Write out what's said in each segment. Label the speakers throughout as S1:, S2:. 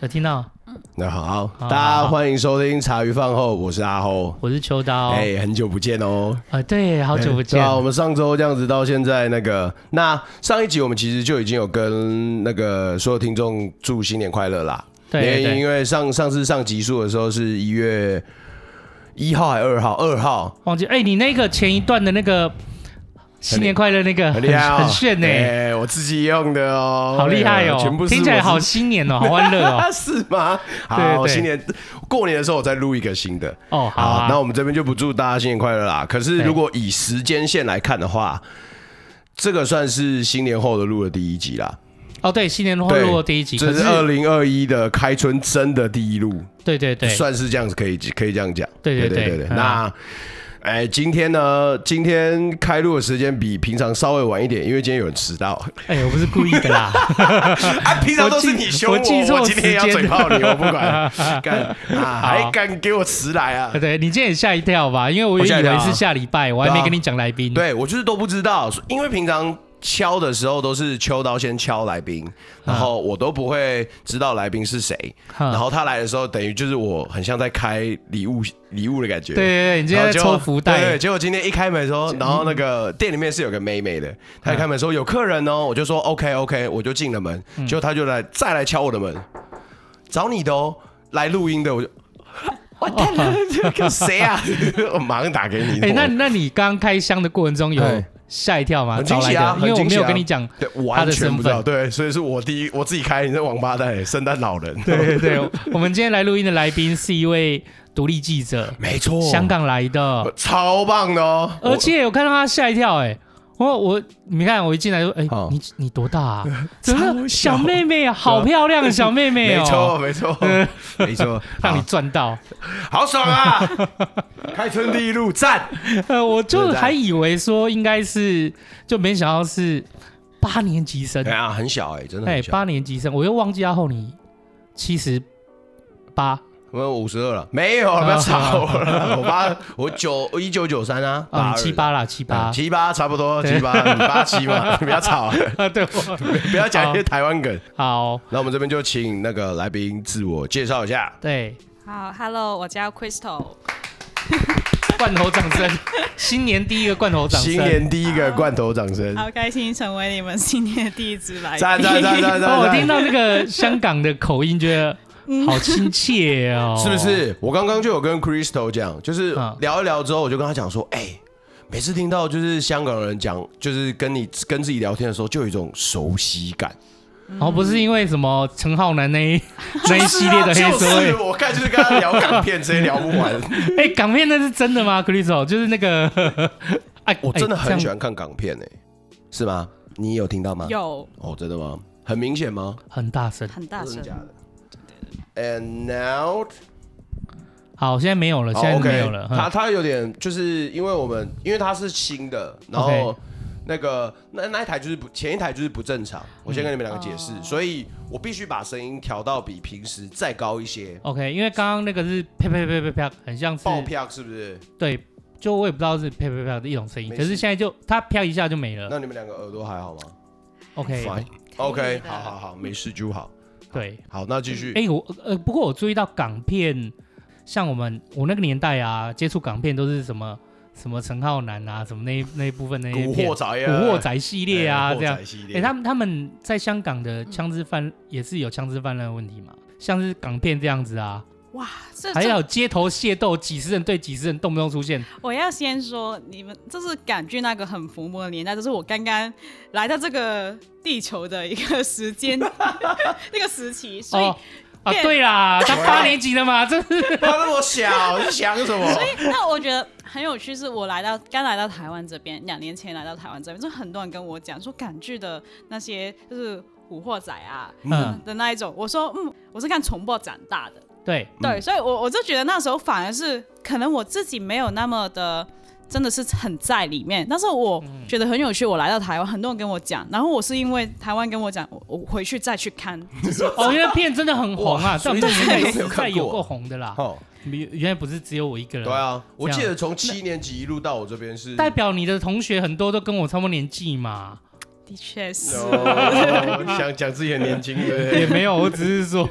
S1: 有听到？
S2: 那好，
S1: 好
S2: 大家欢迎收听茶余饭后，我是阿后。
S1: 我是秋刀。
S2: 哎、
S1: 哎、
S2: 很久不见哦！
S1: 对，好久不见。
S2: 对啊，我们上周这样子到现在，那个那上一集我们其实就已经有跟那个所有听众祝新年快乐啦。
S1: 对对
S2: 因为
S1: 对
S2: 因为上上次上集数的时候是一月一号还二号？二 号
S1: 忘记哎、你那个前一段的那个新年快乐那个
S2: 很厉害、哦，
S1: 很炫呢、
S2: 哎我自己用的哦，
S1: 好厉害哦、
S2: 哎全部是
S1: 听起来
S2: 我自
S1: 好新年哦、好欢乐哦、
S2: 啊， 是吗？好，
S1: 对对
S2: 新年过年的时候我再录一个新的。
S1: 哦，好啊，
S2: 那我们这边就不祝大家新年快乐啦。可是
S1: 对
S2: 如果以时间线来看的话，这个算是新年后的录的第一集啦，
S1: 哦，对，新年欢
S2: 对
S1: 乐第一集，
S2: 这
S1: 可
S2: 是
S1: 是
S2: 二零二一的开春真的第一录，
S1: 对对对，
S2: 算是这样子，可以可以这样讲。
S1: 对对
S2: 对
S1: 对
S2: 对，
S1: 嗯
S2: 那。哎，今天呢？今天开录的时间比平常稍微晚一点，因为今天有人迟 到。
S1: 哎、我不是故意的 啦，
S2: 啊，平常都是你凶
S1: 我
S2: 我，
S1: 记错
S2: 我今天要
S1: 时间
S2: 嘴炮你，我不 管，干啊，还
S1: 好
S2: 敢给我迟来啊！
S1: 对你今天也吓一跳吧？因为我
S2: 我
S1: 以
S2: 吓一跳
S1: 为
S2: 啊
S1: 是下礼拜，我还
S2: 对
S1: 没
S2: 啊
S1: 跟你讲来宾。
S2: 对我就是都不知道，因为平常敲的时候都是秋刀先敲来宾，然后我都不会知道来宾是谁，
S1: 嗯
S2: 然后他来的时候，等于就是我很像在开礼物礼物的感觉。
S1: 对对对，你今
S2: 然
S1: 天在
S2: 后结果。
S1: 抽福
S2: 对，对
S1: 袋，嗯
S2: 结果今天一开门的时候，然后那个店里面是有个妹妹的，她一开门说有客人哦，我就说 OK OK，我就进了门，
S1: 嗯
S2: 结果她就来再来敲我的门，找你的哦，来录音的，我就 完蛋 了，这个谁啊？ 我马上打给你。哦
S1: 哎、那那你刚开箱的过程中有
S2: 哎
S1: 吓一跳吗？
S2: 很
S1: 找
S2: 惊
S1: 来
S2: 喜
S1: 的，
S2: 啊，
S1: 因为
S2: 很
S1: 我
S2: 惊
S1: 没
S2: 喜
S1: 有
S2: 啊
S1: 跟你讲，
S2: 对，完全不知
S1: 他的
S2: 道，对，所以是我第一我自己开，你这王八蛋，圣诞老人，
S1: 对对对，我们今天来录音的来宾是一位独立记者，
S2: 没错，
S1: 香港来
S2: 呃
S1: 的，
S2: 超棒的哦，
S1: 而且我看到他吓一跳、哎，我我你看我一进来就，哎、
S2: 哦
S1: 你你多大 啊？
S2: 超
S1: 怎
S2: 小
S1: 么小妹妹啊，好漂亮的小妹
S2: 我
S1: 妹
S2: 没
S1: 哦、
S2: 错 没错
S1: 嗯
S2: 没错，
S1: 让你
S2: 好
S1: 赚到，
S2: 好 爽啊！开春第一路赞，
S1: 呃，我就
S2: 对在
S1: 还以为说应该是，就没想到是八年级生
S2: 哎，呀，很小哎，真的
S1: 哎，
S2: 很小，
S1: 八年级生，我又忘记阿后你七十八
S2: 我五十二了，没有，不要吵我了，我八我九我一九九三啊，
S1: 啊，你
S2: 二
S1: 七八啦，七八
S2: 嗯七八差不多七八你八七嘛， 不要吵，
S1: 啊， 对，我
S2: 不要
S1: 哦
S2: 讲一些台湾梗。
S1: 好，
S2: 那我们这边就请那个来宾自我介绍一下。
S1: 对，
S3: 好，Hello，我叫 Crystal，
S1: 罐头掌声，新年第一个罐头掌声，
S2: 新年第一个罐头掌声，
S3: 好开心成为你们新年的第一支来宾。
S2: 赞赞赞赞
S1: 哦，
S2: 赞！
S1: 我听到那个香港的口音，觉得好亲切哦，
S2: 是不？是？我刚刚就有跟 Crystal 讲，就是
S1: 嗯
S2: 聊一聊之后，我就跟他讲说，哎。每次听到就是香港人讲，就是跟你跟自己聊天的时候，就有一种熟悉感。
S1: 然哦后不是因为什么陈浩南 那一那一系列的黑
S2: 啊就
S1: 社
S2: 是
S1: 会，
S2: 我看就是跟他聊港片，直接聊不 完。
S1: 哎，港片那是真的吗？Crystal 就是那 个，哎，
S2: 我真的
S1: 哎
S2: 很喜，
S1: 这样
S2: 欢看港片诶，是吗？你有听到吗？
S3: 有
S2: 哦，真的吗？很明显吗？
S1: 很大声。
S3: 很大
S2: 真
S3: 声
S2: 的，假的？And now
S1: 好，现在没有了，
S2: 哦
S1: 呃现在
S2: OK，
S1: 没有了。嗯
S2: 他
S1: 哼
S2: 他有点就是因为我们因为它是新的，然后
S1: OK
S2: 那个那那一台就是不前一台就是不正常，我先跟你们两个解释，
S3: 哦
S2: 所以我必须把声音调到比平时再高一些，
S1: OK，因为刚刚那个是啪啪啪啪啪，很像是
S2: 爆票是不是？
S1: 对，就我也不知道是啪啪啪的一种声音，
S2: 没
S1: 可
S2: 事
S1: 是现在就它啪一下就没了。
S2: 那你们两个耳朵还好吗
S1: OK，
S2: ？Fine
S3: 可
S2: OK，
S3: 以的
S2: 好好好，没事就好。
S1: 对，
S2: 好，那继续。
S1: 哎、我呃，不过我注意到港片，像我们我那个年代啊，接触港片都是什么什么陈浩南啊，什么那一那一部分那些
S2: 古
S1: 片
S2: 惑，仔啊，
S1: 哎古惑仔系
S2: 系
S1: 列啊，这样。
S2: 系
S1: 哎、
S2: 列。
S1: 他们他们在香港的枪支犯也是有枪支泛滥的问题嘛，像是港片这样子啊，
S3: 哇，这
S1: 还有
S3: 这，
S1: 街头械斗，几十人对几十人，动不动出现。
S3: 我要先说，你们这是港剧那个很浮沫的年代，这是我刚刚来到这个地球的一个 时间，那个 时期，所以、
S1: 哦啊，
S3: 变
S1: 对啦，他八年级的嘛，这是
S2: 哎他那么小，你想什么？
S3: 所以，那我觉得很有趣，是我来到刚来到台湾这边，两年前来到台湾这边，就很多人跟我讲说港剧的那些就是古惑仔啊
S1: 嗯
S3: 的那一种，我说嗯，我是看重播长大的，
S1: 对，
S3: 对，所以我我就觉得那时候反而是可能我自己没有那么的。真的是很在里面，但是我觉得很有趣。我来到台湾，很多人跟我讲，然后我是因为台湾跟我讲，我我回去再去看这些
S1: 哦，因为片真的很红啊，
S2: 哇
S1: 在我们那个年代
S2: 所以你都没有
S1: 实
S2: 看
S1: 在有
S2: 过
S1: 够红的啦。
S2: 哦，
S1: 原原来不是只有我一个人，
S2: 对啊，我
S1: 这
S2: 记
S1: 样
S2: 得从七年级一路到我这边是
S1: 代表你的同学很多都跟我差不多年纪嘛，
S3: 的确 是。
S2: 哦想讲自己很年轻，对不
S1: 也
S2: 对？
S1: 没有，我只是 说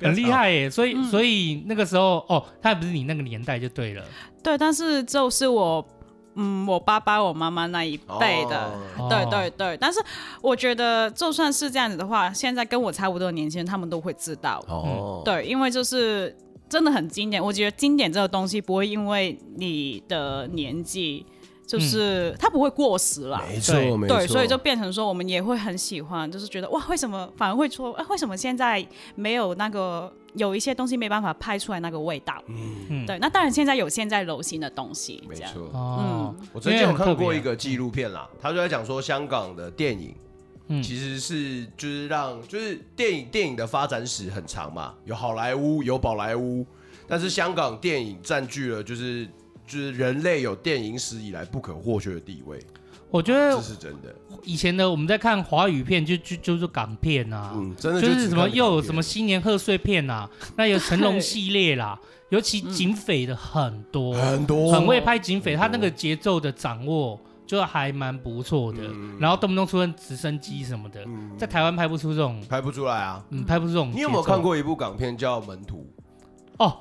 S1: 很厉害耶。所
S3: 嗯
S1: 以，所以那个时候，哦，他也不是你那个年代就对了。
S3: 对，但是就是我，嗯，我爸爸、我妈妈那一辈的。
S2: 哦
S1: 哦
S3: 对对对，但是我觉得就算是这样子的话，现在跟我差不多的年轻人他们都会知道，
S2: 哦，
S3: 对，因为就是真的很经典。我觉得经典这个东西不会因为你的年纪，就是、它不会过时啦。
S2: 没错嗯没错，
S3: 对，所以就变成说，我们也会很喜欢，就是觉得哇，为什么反而会说，啊，为什么现在没有那个有一些东西没办法拍出来那个味道？
S1: 嗯
S3: 对，那当然现在有现在流行的东西，
S2: 没
S3: 这样。
S2: 错。
S1: 哦，
S2: 我最近有看过一个纪录片啦，他就在讲说香港的电影。
S1: 嗯
S2: 其实是就是让就是电影电影的发展史很长嘛，有好莱坞，有宝莱坞，但是香港电影占据了就是就是人类有电影史以来不可或缺的地位，
S1: 我觉得
S2: 这是真的。
S1: 以前的我们在看华语片，就就就是港片啊，
S2: 嗯，真的
S1: 就
S2: 就是只
S1: 什
S2: 看
S1: 么
S2: 港
S1: 又有
S2: 片
S1: 什么新年贺岁片啊，那有成龙系列 啦，
S3: 嗯
S1: 尤其警匪的很多，
S2: 很多
S1: 很会拍警匪，他那个节奏的掌握就还蛮不错的。
S2: 嗯
S1: 然后动不动出现直升机什么的，在台湾拍不出这种，
S2: 拍不出来啊。
S1: 嗯，拍不出这种。
S2: 嗯你有没有看？过一部港片叫《门徒》？
S1: 哦，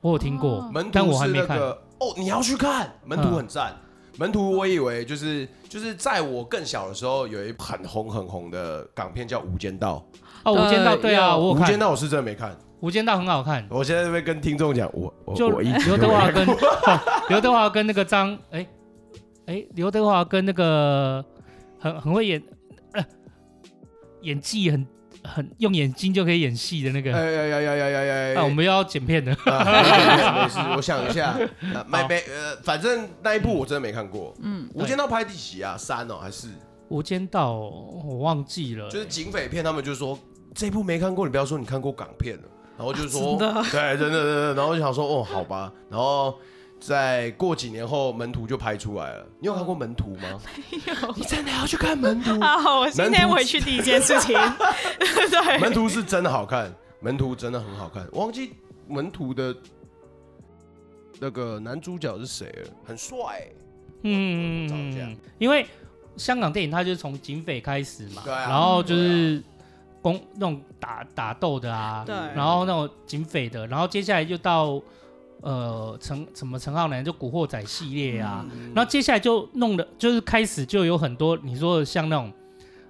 S1: 我有听过，
S2: 门徒
S1: 但我还
S2: 是
S1: 没
S2: 那
S1: 看。
S2: 个哦，你要去看门徒很赞。门徒我以为就是就是在我更小的时候，有一部很红很红的港片叫《无间道
S1: 哦，《无间道》对啊，
S3: 有
S1: 我》。有
S2: 无
S1: 看
S2: 间
S1: 《
S2: 道我是真的没看，
S1: 无间道》很好看，
S2: 我现在会跟听众讲，我我
S1: 就
S2: 我一直
S1: 刘
S2: 都
S1: 德
S2: 没
S1: 华
S2: 看
S1: 跟 刘德华跟那个张哎哎刘德华跟那个很很会演，呃演技很很用眼睛就可以演戏的那
S2: 哎
S1: 个。啊
S2: 呀呀呀呀呀呀呀！
S1: 那我们又要剪片的，
S2: 啊没事没事，我想一下，啊没没呃，反正那一部我真的没看过。嗯，无间道拍第几啊？三哦还是？
S1: 无间道哦我忘记了，
S2: 就是警匪片，他们就说这部没看过，你不要说你看过港片了，然后就说、
S3: 啊真的
S2: 对，真的真的，然后就想说哦，好吧，然后再过几年后，门徒就拍出来了。你有看过门徒 吗？你真的要去看门徒？
S3: 啊，我今天回去第一 件事情，对，
S1: 哎
S2: 门徒是真的好看，门徒真的很好看。我忘记门徒的那个男主角是谁了，很帅、
S1: 嗯
S2: 我找一下，
S1: 因为香港电影它就是从警匪开始嘛，
S2: 对啊
S1: 然后就是公那种打打斗的啊，
S3: 对
S1: 然后那种警匪的，然后接下来就到呃陈什么陈浩南就古惑仔系列啊，
S2: 嗯
S1: 然后接下来就弄了，就是开始就有很多你说的像那种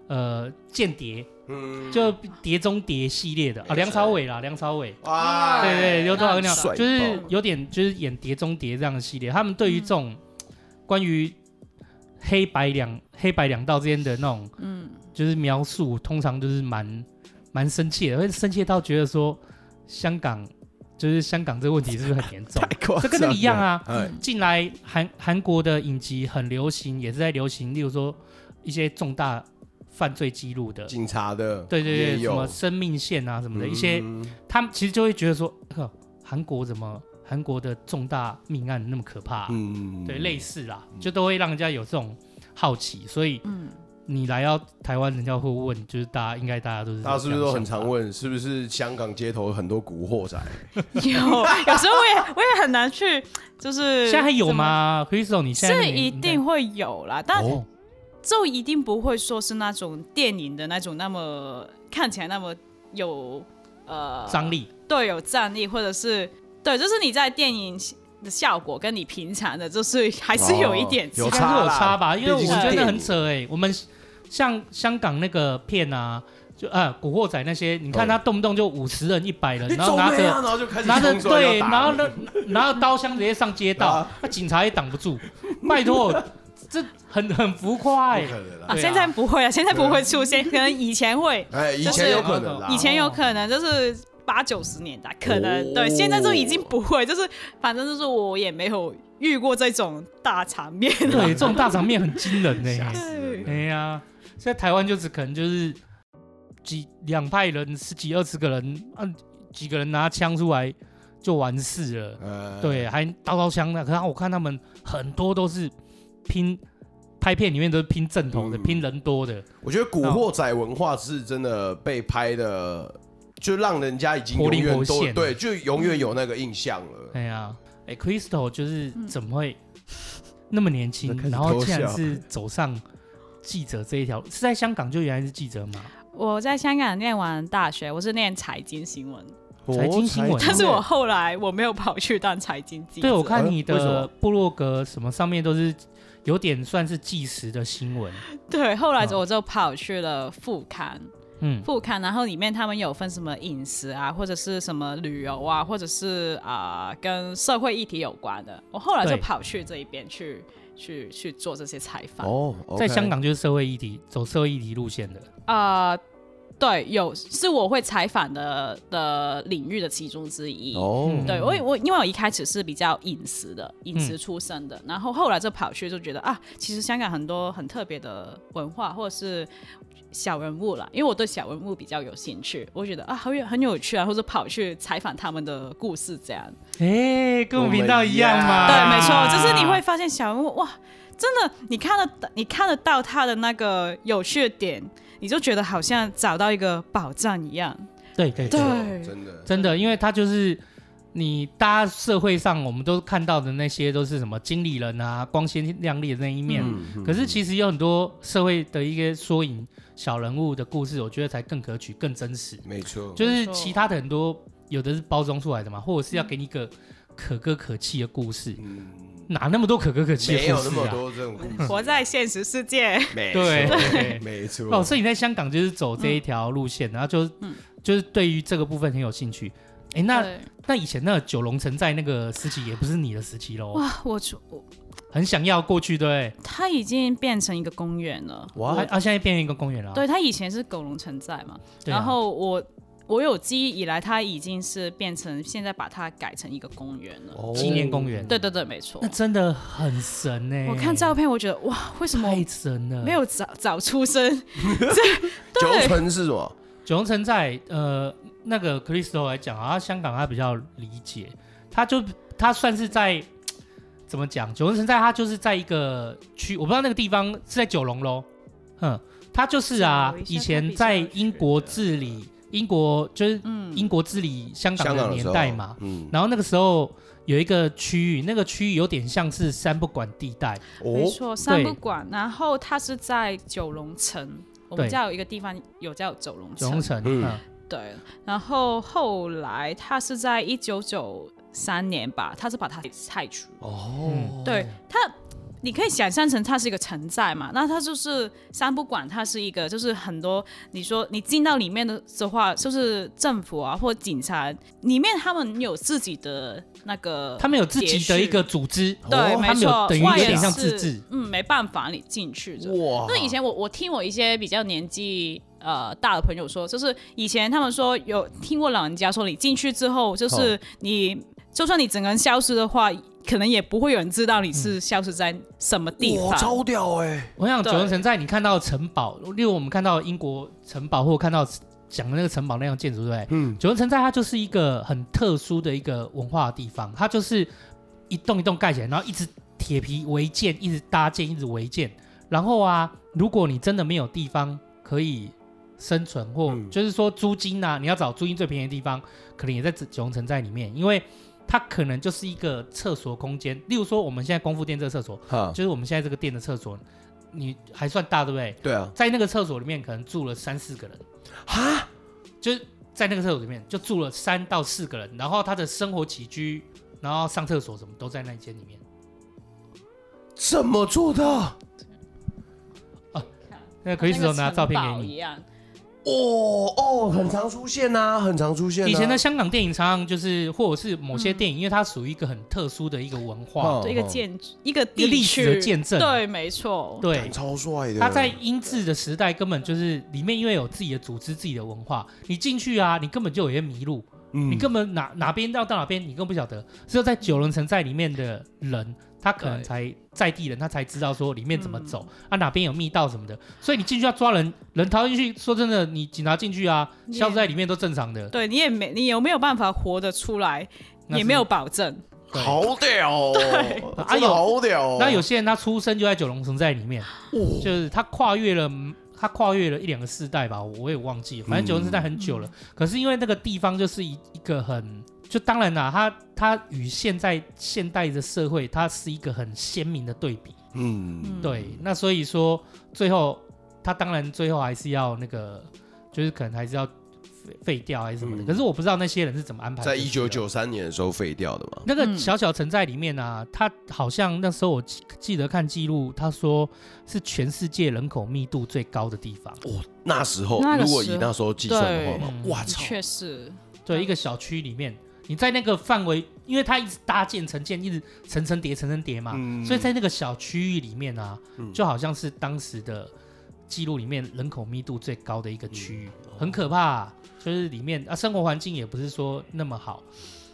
S1: 呃间谍，
S2: 嗯，
S1: 就谍中谍系列的啊，
S2: 没
S1: 梁
S2: 错
S1: 朝伟啦，梁朝伟。
S2: 哇，
S1: 对哎对，刘德华跟那样，
S2: 帅爆
S1: 就是有点就是演《碟中谍》这样的系列，他们对于这种关于黑白两黑白两道之间的那种，嗯，就是描述，通常就是蛮蛮生气的，会生气到觉得说香港就是香港这个问题是不是很严重？
S2: 太
S1: 这跟那个一样啊
S2: 夸张了，
S1: 近来韩韩国的影集很流行，也是在流行，例如说一些重大犯罪记录的
S2: 哎，警察的
S1: 对对
S2: 也
S1: 对，什
S2: 有
S1: 么生命线啊什么的，一些
S2: 嗯
S1: 他们其实就会觉得说，呵韩国怎么韩国的重大命案那么可怕、啊
S2: 嗯
S1: 对，类似啦，就都会让人家有这种好奇，所以
S3: 嗯
S1: 你来到台湾，人家会问，就是大家应该大家都是
S2: 大家是不是
S1: 这
S2: 都
S1: 样
S2: 很
S1: 想
S2: 常
S1: 法？
S2: 问，是不是香港街头有很多古惑仔？
S3: 有有时候我也我也很难去，就是
S1: 现在还有？吗？Crystal，你现在那
S3: 呃是
S1: 个年
S3: 一定会啊有啦，但
S1: 哦，
S3: 就一定不会说是那种电影的那种那么看起来那么有
S2: 哦
S3: 呃
S1: 张力
S3: 对有战力，或者是对，就是你在电影的效果跟你平常的，就是还是有一点
S2: 有
S1: 应该
S2: 差
S1: 是有
S2: 啦
S1: 差吧？因为我
S2: 毕竟是
S1: 觉
S2: 电
S1: 得
S2: 影
S1: 很扯哎、我们像香港那个片啊，就啊古惑仔那些，你看
S2: 哦
S1: 他动不动就五十人、一百人，
S2: 你
S1: 然后
S2: 走
S1: 拿
S2: 没
S1: 着
S2: 啊？然后就开始
S1: 拿着
S2: 冲出来要
S1: 对，
S2: 打
S1: 然后
S2: 你
S1: 呢，拿着刀枪直接上街道
S2: 啊，
S1: 那警察也挡不住。拜托，这很很浮夸哎
S2: 不。可能啦
S3: 啊，
S1: 对啊
S3: 现 在不会啊，现在不会出现，可能以前会，
S2: 哎，以
S3: 就是
S2: 前有可能啦，
S3: 以前有可能就是。八九十年代可能、
S2: 哦
S3: 对，现在就已经不会，就是反正就是我也没有遇过这种大场面 了。
S1: 对，这种大场面很惊人
S2: 啊吓
S1: 呢。
S2: 死人了
S1: 哎呀，在台湾就是可能就是几两派人十几二十个人，啊，几个人拿枪出来就完事了。
S2: 呃，
S1: 对，啊还刀刀枪的。可是啊我看他们很多都是拼拍片里面都是拼正统的，
S2: 嗯
S1: 拼人多的，
S2: 我觉得古惑仔文化是真的被拍的，就让人家已经
S1: 活
S2: 永
S1: 灵
S2: 远
S1: 活
S2: 都
S1: 现
S2: 对，就永远有那个印象了。
S1: 对呀、哎、c r y s
S3: 嗯
S1: t a l 就是怎么会那么年轻，
S2: 开始
S1: 然后
S2: 偷
S1: 竟然
S2: 笑
S1: 是走上记者这一条？是在香港就原来是记者吗？
S3: 我在香港念完大学，我是念财经新闻，
S1: 哎财经新闻
S2: 哦
S1: 对
S3: 但是我后来我没有跑去当财经记者。
S1: 对，我看
S2: 呃
S1: 你
S2: 为什
S1: 的
S2: 么
S1: 部落格什么上面都是有点算是纪实的新闻，
S3: 对，后来
S1: 嗯
S3: 我就跑去了副刊，
S1: 嗯，
S3: 副刊，然后里面他们有分什么饮食啊，或者是什么旅游啊，或者是啊、跟社会议题有关的。我后来就
S1: 对财
S3: 跑去这一边去去去做这些采访。
S2: 哦，
S1: 在香港就是社会议题，走社会议题路线 的。
S3: 啊，对，有是我会采访的的领域的其中之一。
S2: 哦，
S1: 嗯
S3: 对我我因为我一开始是比较饮食的，饮食
S1: 嗯
S3: 出身的，然后后来就跑去就觉得啊，其实香港很多很特别的文化或者是小人物啦，因为我对小人物比较有兴趣，我觉得啊好有很有趣啊，或者跑去采访他们的故事这样。
S1: 哎，跟我们频道一样嘛。
S2: 啊
S3: 对，没错，就是你会发现小人物哇，真的你看得你看得到他的那个有趣的点，你就觉得好像找到一个宝藏一样。
S1: 对对对，
S3: 对
S2: 真的
S1: 嗯真的，因为他就是你，大家社会上我们都看到的那些都是什么经理人啊，光鲜亮丽的那一面。
S2: 嗯
S1: 可是其实有很多社会的一些缩影小人物的故事，我觉得才更可取、更真实。
S2: 没错，
S1: 就是
S3: 没错
S1: 其他的很多有的是包装出来的嘛，或者是要给你一个可歌可泣的故事，
S2: 嗯
S1: 哪那么多可歌可泣的
S2: 没有
S1: 故
S2: 那
S1: 事
S2: 么
S1: 啊？
S2: 多这种故事，
S3: 活在现实世界，
S2: 没
S1: 对
S2: 错
S1: 对
S2: 没错，
S1: 哦，所以你在香港就是走这一条路
S2: 嗯
S1: 线，然后就、就是对于这个部分很有兴趣。哎，那那以前那个九龙城寨那个时期也不是你的时期喽，
S3: 哇，我出我
S1: 很想要过去对
S3: 他已经变成一个公园了。
S1: 不对？
S2: 哇
S1: 啊，啊，现在变成一个公园了啊。
S3: 对，他以前是狗笼城寨嘛，
S1: 对啊
S3: 然后我。我有记忆以来，它已经是变成现在把它改成一个公园了。
S2: 哦
S1: 纪念公园
S3: 对对对，没错
S1: 那。真的很神欸呢、
S3: 我看照片，我觉得哇，为什么
S1: 太神了。
S3: 没有早早出生？
S2: 九
S3: 对
S2: 村是什么？
S1: 九龙城寨，呃，那个 Crystal 来讲啊，香港他比较理解，他就他算是在怎么讲？九龙城寨他就是在一个区，我不知道那个地方是在九龙喽，嗯，他就是啊
S3: 找一，下
S1: 以前在英国治理，英国就是
S3: 嗯，
S1: 英国治理香港
S2: 香
S1: 的
S2: 港的
S1: 年
S2: 时候
S1: 代嘛，，
S2: 嗯，
S1: 然后那个时候有一个区域，那个区域有点像是三不管地带，
S3: 没
S2: 哦，
S3: 错，三不管。然后它是在九龙城，我们
S1: 对
S3: 家有一个地方有叫九龙
S1: 九
S3: 城。
S1: 龙城，
S2: 嗯
S1: 嗯，
S3: 对，然后后来它是在一九九三年吧，它是把它拆除。
S1: 嗯
S2: 哦，
S3: 对它，你可以想象成它是一个城寨嘛，那它就是三不管，它是一个就是很多你说你进到里面的的话，就是政府啊或警察里面他们有自己的那个，
S1: 他们有自己的一个组织，
S3: 对，
S2: 哦
S1: 他
S3: 没
S1: 们有
S3: 错，
S1: 等于有
S3: 外
S1: 点
S3: 人
S1: 像
S3: 是
S1: 自治，
S3: 嗯，没办法你进去的。
S1: 哦
S2: 哇，
S3: 那以前我我听我一些比较年纪呃大的朋友说，就是以前他们说有听过老人家说，你进去之后，
S1: 哦
S3: 就是你就算你整个人消失的话，可能也不会有人知道你
S1: 嗯
S3: 是消失在什么地
S2: 哇
S3: 方。
S2: 超屌哎，
S1: 我想九
S3: 对
S1: 龙城寨，你看到的城堡，例如我们看到英国城堡，或看到讲的那个城堡那样建筑，对不对？
S2: 嗯，
S1: 九龙城寨它就是一个很特殊的一个文化的地方，它就是一栋一栋盖起来，然后一直铁皮围建，一直搭建，一直围建。然后啊，如果你真的没有地方可以生存，或
S2: 嗯
S1: 就是说租金啊，你要找租金最便宜的地方，可能也在九龙城寨里面，因为它可能就是一个厕所空间。例如说，我们现在功夫店这个厕所，
S2: 哈，
S1: 就是我们现在这个店的厕所，你还算大对不对？
S2: 对啊，
S1: 在那个厕所里面可能住了三四个人，
S2: 哈，
S1: 就是在那个厕所里面就住了三到四个人，然后他的生活起居，然后上厕所什么都在那一间里面。
S2: 怎么做的？
S1: 那可以只有拿照片给
S3: 跟那个城堡一
S1: 你。
S3: 样，
S2: 哦哦，很常出现呐，很常出现啊。
S1: 以前的香港电影常常就是，或者是某些
S3: 嗯
S1: 电影，因为它属于一个很特殊的一个文化，
S2: 哦
S3: 对一个见一个
S1: 一个历
S3: 地
S1: 史的
S3: 区
S1: 见证
S3: 对，没错，
S1: 对
S2: 干，超帅的，
S1: 他在英治的时代根本就是里面因为有自己的组织、自己的文化，你进去啊，你根本就有些迷路，
S2: 嗯
S1: 你根本哪哪边要到哪边，你更不晓得。只有在九龙城寨里面的人，他可能
S3: 对
S1: 才在地人，他才知道说里面怎么走、啊，哪边有密道什么的。所以你进去要抓人，人逃进去，说真的，你警察进去啊，
S3: 你也
S1: 消失在里面都正常的。
S3: 对你也没你有没有办法活得出来，
S1: 那是
S3: 也没有保证。
S1: 对
S2: 好屌哦，
S1: 啊
S2: 真的
S1: 有
S2: 好屌哦。
S1: 那有些人他出生就在九龙城寨里面，
S2: 哦
S1: 就是他跨越了，他跨越了一两个世代吧，我也忘记了，反正九龙城寨很久
S2: 嗯
S1: 了。可是因为那个地方就是一一个很，就当然啦，它它与现在现代的社会，它是一个很鲜明的对比。
S2: 嗯，
S1: 对，那所以说最后他当然最后还是要那个，就是可能还是要废废掉还是什么的。
S2: 嗯
S1: 可是我不知道那些人是怎么安排的。
S2: 在一九九三年的时候废掉的嘛。
S1: 那个
S3: 嗯
S1: 小小城寨里面啊，他好像那时候我记记得看记录，他说是全世界人口密度最高的地方。
S2: 哇，那时候
S3: 那个
S2: 如果以
S3: 时候
S2: 那时候计算的话
S3: 对
S2: 嘛，
S1: 嗯
S2: 哇
S3: 的
S2: 操，
S3: 确是，
S1: 对，一个小区里面，你在那个范围，因为它一直搭建成建，一直层层叠层层叠嘛，
S2: 嗯
S1: 所以在那个小区域里面啊，
S2: 嗯
S1: 就好像是当时的记录里面人口密度最高的一个区域，
S2: 嗯
S1: 很可怕啊、就是里面啊生活环境也不是说那么好，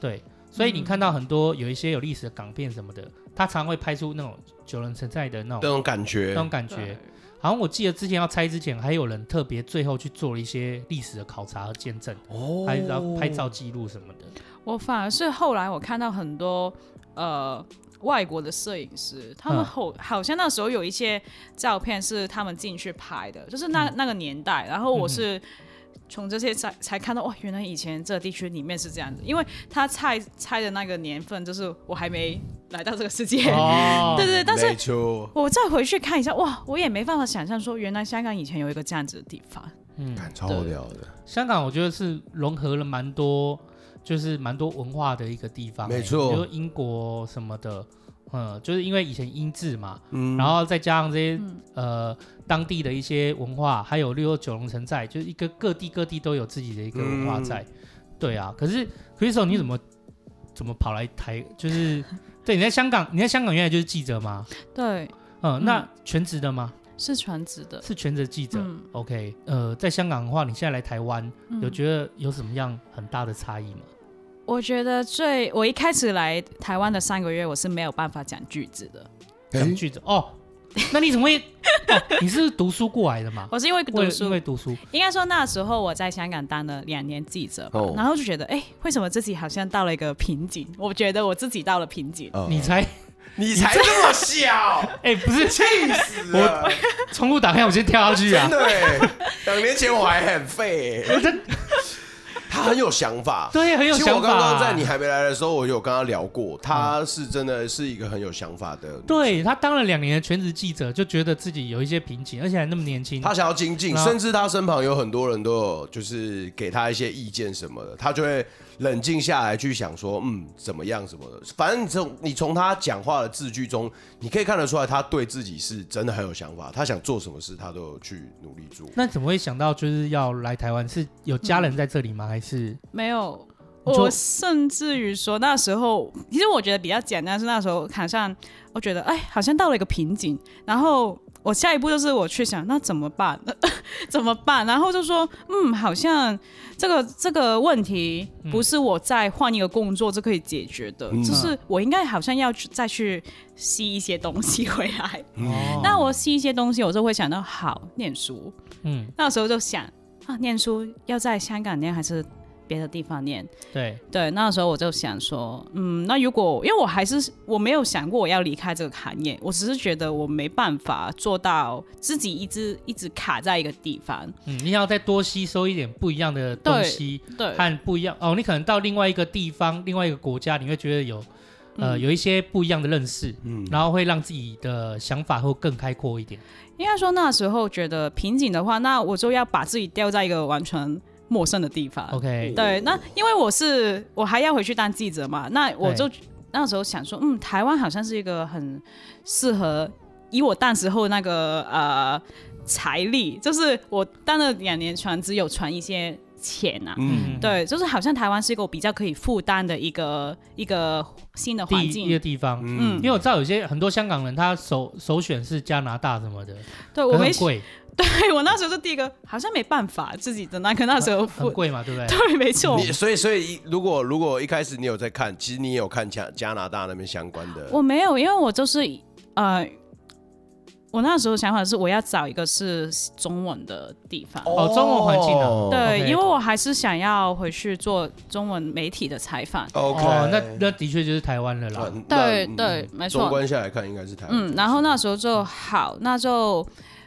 S1: 对，所以你看到很多有一些有历史的港片什么的，它常会拍出那种九人城寨的那
S2: 那
S1: 种
S2: 种感
S1: 那
S2: 觉，
S1: 种感觉
S3: 对。
S1: 好像我记得之前要拆之前，还有人特别最后去做了一些历史的考察和见证，
S2: 哦
S1: 拍照拍照记录什么 的。
S3: 我反而是后来我看到很多呃外国的摄影师，他们
S1: 嗯
S3: 好、好像那时候有一些照片是他们进去拍的，就是那、那个年代。然后我是从这些才才看到，哇，原来以前这地区里面是这样子，因为他猜猜的那个年份就是我还没来到这个世界，
S1: 哦
S3: 对对对，但是
S2: 没错，
S3: 我再回去看一下，哇，我也没办法想象说原来香港以前有一个这样子的地方。
S1: 嗯，
S2: 感超无聊的，
S1: 香港我觉得是融合了蛮多，就是蛮多文化的一个地方欸、
S2: 没错
S1: 比如英国什么的，嗯，就是因为以前英治嘛，
S2: 嗯
S1: 然后再加上这些、
S3: 嗯
S1: 呃当地的一些文化，还有六六九龙城寨，就是一个各地各地都有自己的一个文化在。
S3: 嗯
S1: 对啊，可是 Crystal 你怎么、怎么跑来台？就是 对你在香港，你在香港原来就是记者吗？
S3: 对，
S1: 嗯，
S3: 嗯
S1: 那全职的吗？
S3: 是传职的。
S1: 是全职记者。
S3: 嗯
S1: OK，呃，在香港的话，你现在来台湾，有觉得有什么样很大的差异吗？
S3: 我觉得最我一开始来台湾的三个月，我是没有办法讲句子的。
S2: 哎
S1: 讲句子哦，那你怎 么会？哦，你是读书过来的吗？
S3: 我是因为
S1: 为
S3: 读
S1: 因
S3: 书
S1: 为，读书，
S3: 应该说那时候我在香港当了两年记者吧
S2: 哦
S3: 然后就觉得，哎、为什么自己好像到了一个瓶颈？我觉得我自己到了瓶颈。
S2: 哦
S1: 你才
S2: 你才这 么小，
S1: 哎、不是
S2: 气死我！
S1: 窗户打开，我先跳下去啊
S2: 真！的欸， 两年前我还很废欸， 他很有想法。
S1: 对，很有
S2: 其实
S1: 想法。啊嗯
S2: 我刚刚在你还没来的时候，我有跟他聊过，他是真的是一个很有想法的，
S1: 对他当了两年的全职记者，就觉得自己有一些瓶颈，而且还那么年轻。
S2: 他想要精进，
S1: 然后
S2: 甚至他身旁有很多人都有就是给他一些意见什么的，他就会冷静下来去想说，嗯，怎么样什么的。反正你从你从他讲话的字句中，你可以看得出来，他对自己是真的很有想法，他想做什么事，他都有去努力做。
S1: 那怎么会想到就是要来台湾？是有家人在这里吗？还是
S3: 没有，
S1: 你就
S3: 我甚至于说那时候，其实我觉得比较简单是那时候好像我觉得哎，好像到了一个瓶颈，然后我下一步就是我去想那怎么办， 怎么办？然后就说嗯，好像这个这个问题不是我再换一个工作就可以解决的，
S2: 嗯
S3: 就是我应该好像要去再去吸一些东西回来。
S2: 嗯
S1: 哦
S3: 那我吸一些东西，我就会想到好念书，
S1: 嗯，
S3: 那时候就想啊，念书要在香港念还是别的地方念？
S1: 对，
S3: 对，那时候我就想说，嗯，那如果因为我还是我没有想过我要离开这个行业，我只是觉得我没办法做到自己一直一直卡在一个地方。
S1: 嗯，你想要再多吸收一点不一样的东西，
S3: 对，
S1: 和不一样哦。你可能到另外一个地方、另外一个国家，你会觉得有呃、
S3: 嗯
S1: 有一些不一样的认识，
S2: 嗯，
S1: 然后会让自己的想法会更开阔一点。
S3: 应该说那时候觉得瓶颈的话，那我就要把自己吊在一个完全陌生的地
S2: 啊
S3: 方。
S1: OK，
S3: 对，那因为我是我还要回去当记者嘛，那我就那时候想说，嗯，台湾好像是一个很适合以我当时候那个呃财力，就是我当了两年船，只有存一些钱啊。
S2: 嗯，
S3: 对，就是好像台湾是一个我比较可以负担的一个一个新的环
S1: 第一个
S3: 境。
S1: 地方。
S2: 嗯
S1: 因为我知道有些很多香港人，他首首选是加拿大什么的，
S3: 对
S1: 可
S3: 我
S1: 是
S3: 没
S1: 很，贵，
S3: 对我那时候是第一个，好像没办法自己的那个那时候
S1: 很
S3: 负，
S1: 贵嘛，对不对？
S3: 对，没错。
S2: 你所以所以如果如果一开始你有在看，其实你也有看加加拿大那边相关的，
S3: 我没有，因为我就是呃，我那时候想法是我要找一个是中文的地方。
S1: 哦中文环境啊
S3: 对
S1: OK
S3: 因为我还是想要回去做中文媒体的采访。
S2: ，OK，嗯
S1: 哦，那那的确就是台湾了啦。
S2: 那
S3: 对
S2: 那
S3: 对没错
S2: 纵观下来看，应该是台湾。
S3: 嗯，然后那时候就好，那就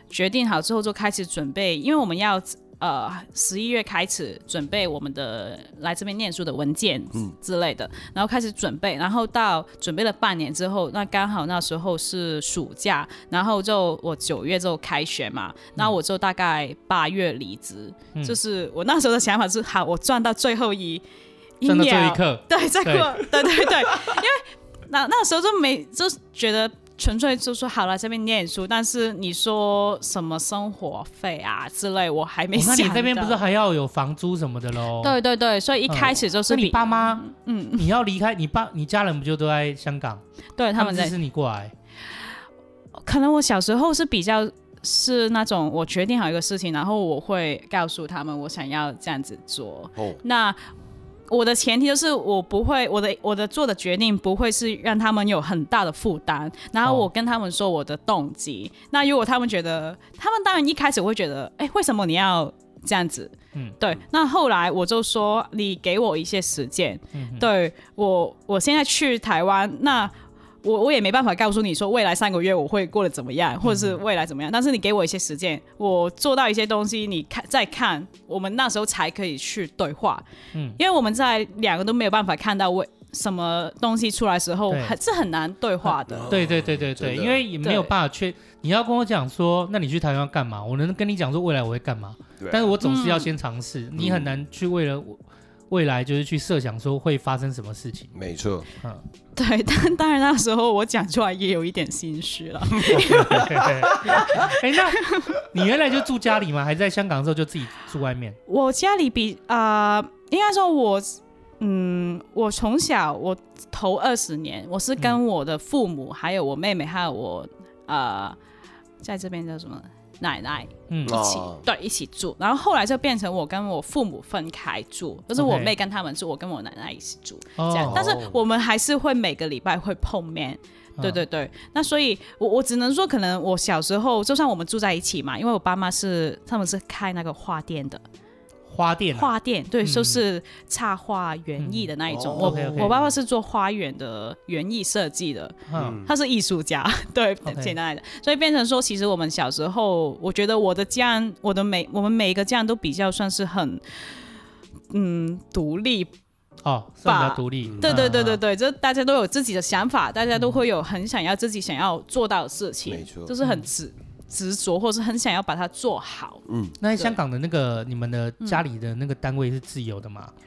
S3: 决定好之后就开始准备，因为我们要呃十一月开始准备我们的来这边念书的文件
S1: 嗯
S3: 之类的，然后开始准备，然后到准备了半年之后，那刚好那时候是暑假，然后就我九月就开学嘛，
S1: 嗯
S3: 那我就大概八月离职，就是我那时候的想法是，好，我赚到最后一。一
S1: 站到这一
S3: 秒，
S1: 刻，
S3: 对，在过，
S1: 对
S3: 对 对对，因为那那时候就没就觉得纯粹就说好了这边念书，但是你说什么生活费啊之类，我还没
S1: 哦那
S3: 想到。
S1: 你这边不是还要有房租什么的喽？
S3: 对对对，所以一
S1: 嗯
S3: 开始就是
S1: 那你
S3: 比、
S1: 爸妈，
S3: 嗯，
S1: 你要离开，你爸你家人不就都在香港？
S3: 对他们
S1: 支
S3: 在，
S1: 持你过来，
S3: 可能我小时候是比较是那种我决定好一个事情，然后我会告诉他们我想要这样子做，
S2: 哦，
S3: 那我的前提就是我不会，我的我的做的决定不会是让他们有很大的负担，然后
S1: 哦
S3: 我跟他们说我的动机。那如果他们觉得，他们当然一开始会觉得，哎、为什么你要这样子？
S1: 嗯，
S3: 对。那后来我就说，你给我一些时间，
S1: 嗯，
S3: 对我，我现在去台湾，那我我也没办法告诉你说未来三个月我会过得怎么
S1: 嗯
S3: 样，或者是未来怎么样。但是你给我一些时间，我做到一些东西，你看再看，我们那时候才可以去对话。
S1: 嗯，
S3: 因为我们在两个都没有办法看到未什么东西出来时候，
S1: 对嗯
S3: 很是很难对话的。
S1: 对对对对对，
S2: 哦真的
S1: 因为也没有办法确，你要跟我讲说，那你去台湾干嘛？我能跟你讲说未来我会干嘛，
S2: 对啊嗯
S1: 但是我总是
S3: 嗯
S1: 要先尝试，你很难去为了我未来就是去设想说会发生什么事情。
S2: 没错，
S3: 对，但当然那时候我讲出来也有一点心虚了。
S1: 哎，那你原来就住家里吗？还是在香港的时候就自己住外面？
S3: 我家里比啊、呃应该说我，嗯，我从小我头二十年，我是跟我的父母、还有我妹妹，还有我呃，在这边叫什么奶奶
S1: 嗯
S3: 一起、
S2: 哦
S3: 对一起住，然后后来就变成我跟我父母分开住，就是我
S1: OK
S3: 妹跟他们住，我跟我奶奶一起住 这样，
S1: 哦，
S3: 但是我们还是会每个礼拜会碰面。
S1: 嗯
S3: 对对对，那所以我我只能说，可能我小时候，就算我们住在一起嘛，因为我爸妈是他们是开那个花店的，
S1: 花店啊，
S3: 画店，
S1: 嗯
S3: 对，
S1: 哦
S3: 就是插画园艺的那一种。
S2: 嗯
S3: 我、
S1: OK，OK
S3: 我爸爸是做花园的园艺设计的，
S1: 嗯，
S3: 他是艺术家，对
S1: OK
S3: 简单来讲，所以变成说，其实我们小时候，我觉得我的家人，我的每我们每一个家人都比较算是很。嗯，独立，
S1: 哦，算比较
S3: 吧
S1: 独立，
S3: 对对对对
S1: 嗯，
S3: 对，就大家都有自己的想法，大家都会有很想要自己想要做到的事
S2: 没
S3: 情，
S2: 错
S3: 就，是
S1: 嗯
S3: 很执执着，或是很想要把它做好。
S1: 那在香港的那个你们的家里的那个单位是自由的吗？
S3: 嗯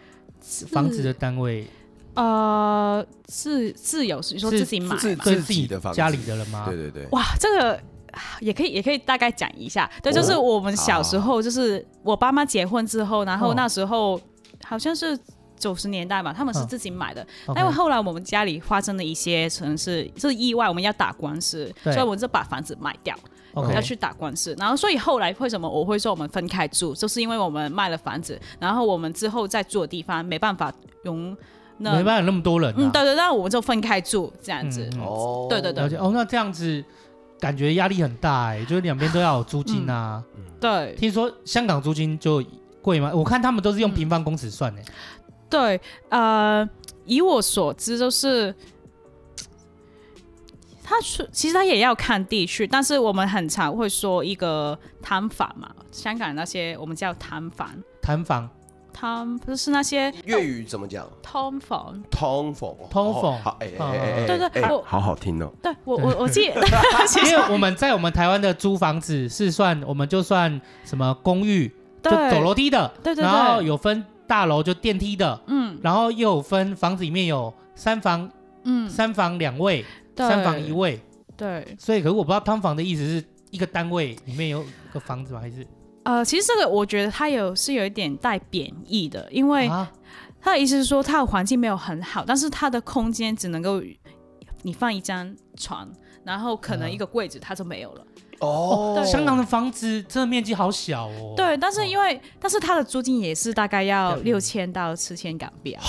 S1: 房子的单位
S3: 呃，自自由是说
S1: 是
S3: 自己买
S2: 自
S3: 嘛？
S1: 对
S2: 自
S1: 自
S2: 己
S1: 己
S2: 的房子
S1: 家里的了吗？
S2: 对对对，
S3: 哇，这个啊也可以，也可以大概讲一下。对，就是
S2: 哦
S3: 我们小时候，就是我爸妈结婚之后，然
S1: 哦
S3: 后那时候好像是九十年代吧，他们是
S1: 嗯
S3: 自己买的。
S1: OK，
S3: 但是后来哎我们家里发生了一些城市就是意外，我们要打官司，
S1: 对
S3: 所以我们就把房子卖掉，
S1: OK，
S3: 要去打官司。然后所以后来为什么我会说我们分开住，就是因为我们卖了房子，然后我们之后再住的地方没办法容
S1: 没
S3: 那
S1: 办法，那么多人啊，
S3: 嗯，对对，那我们就分开住这样子。
S1: 嗯
S2: 哦
S3: 对对对
S1: 了解哦，那这样子感觉压力很大哎、就是两边都要有租金啊。
S2: 嗯
S3: 对，
S1: 听说香港租金就贵吗？我看他们都是用平方公尺算哎、
S3: 嗯对，呃，以我所知，就是他说，其实他也要看地区，但是我们很常会说一个摊贩嘛，香港那些我们叫摊贩，
S1: 摊房
S3: 摊就是那些
S2: 粤语怎么讲？
S3: 摊房。
S2: 通风，
S1: 通风
S2: 哦好，哎哎
S1: 嗯
S2: 哎哎，
S3: 对对
S2: 哎
S3: 我
S2: 好好听哦，
S3: 对我我我记得， 其
S1: 因
S3: 实
S1: 为我们在我们台湾的租房子是算，我们就算什么公寓，就走
S3: 对
S1: 楼梯的，
S3: 对对对
S1: 然后有分大楼就电梯的，嗯，然后又有分房子里面有三房，
S3: 嗯
S1: 三房两卫，
S3: 对
S1: 三房一卫，
S3: 对，
S1: 所以可是我不知道汤房的意思是一个单位里面有个房子吗？还是
S3: 呃，其实这个我觉得它有是有一点带贬义的，因为
S1: 啊，
S3: 他的意思是说，他的环境没有很好，但是他的空间只能够你放一张床，然后可能一个柜子，他就没有了。
S2: 哦
S3: 对
S1: 香港的房子真的面积好小哦。
S3: 对，但是因为、但是他的租金也是大概要
S1: 对
S3: 六千到七千港币啊，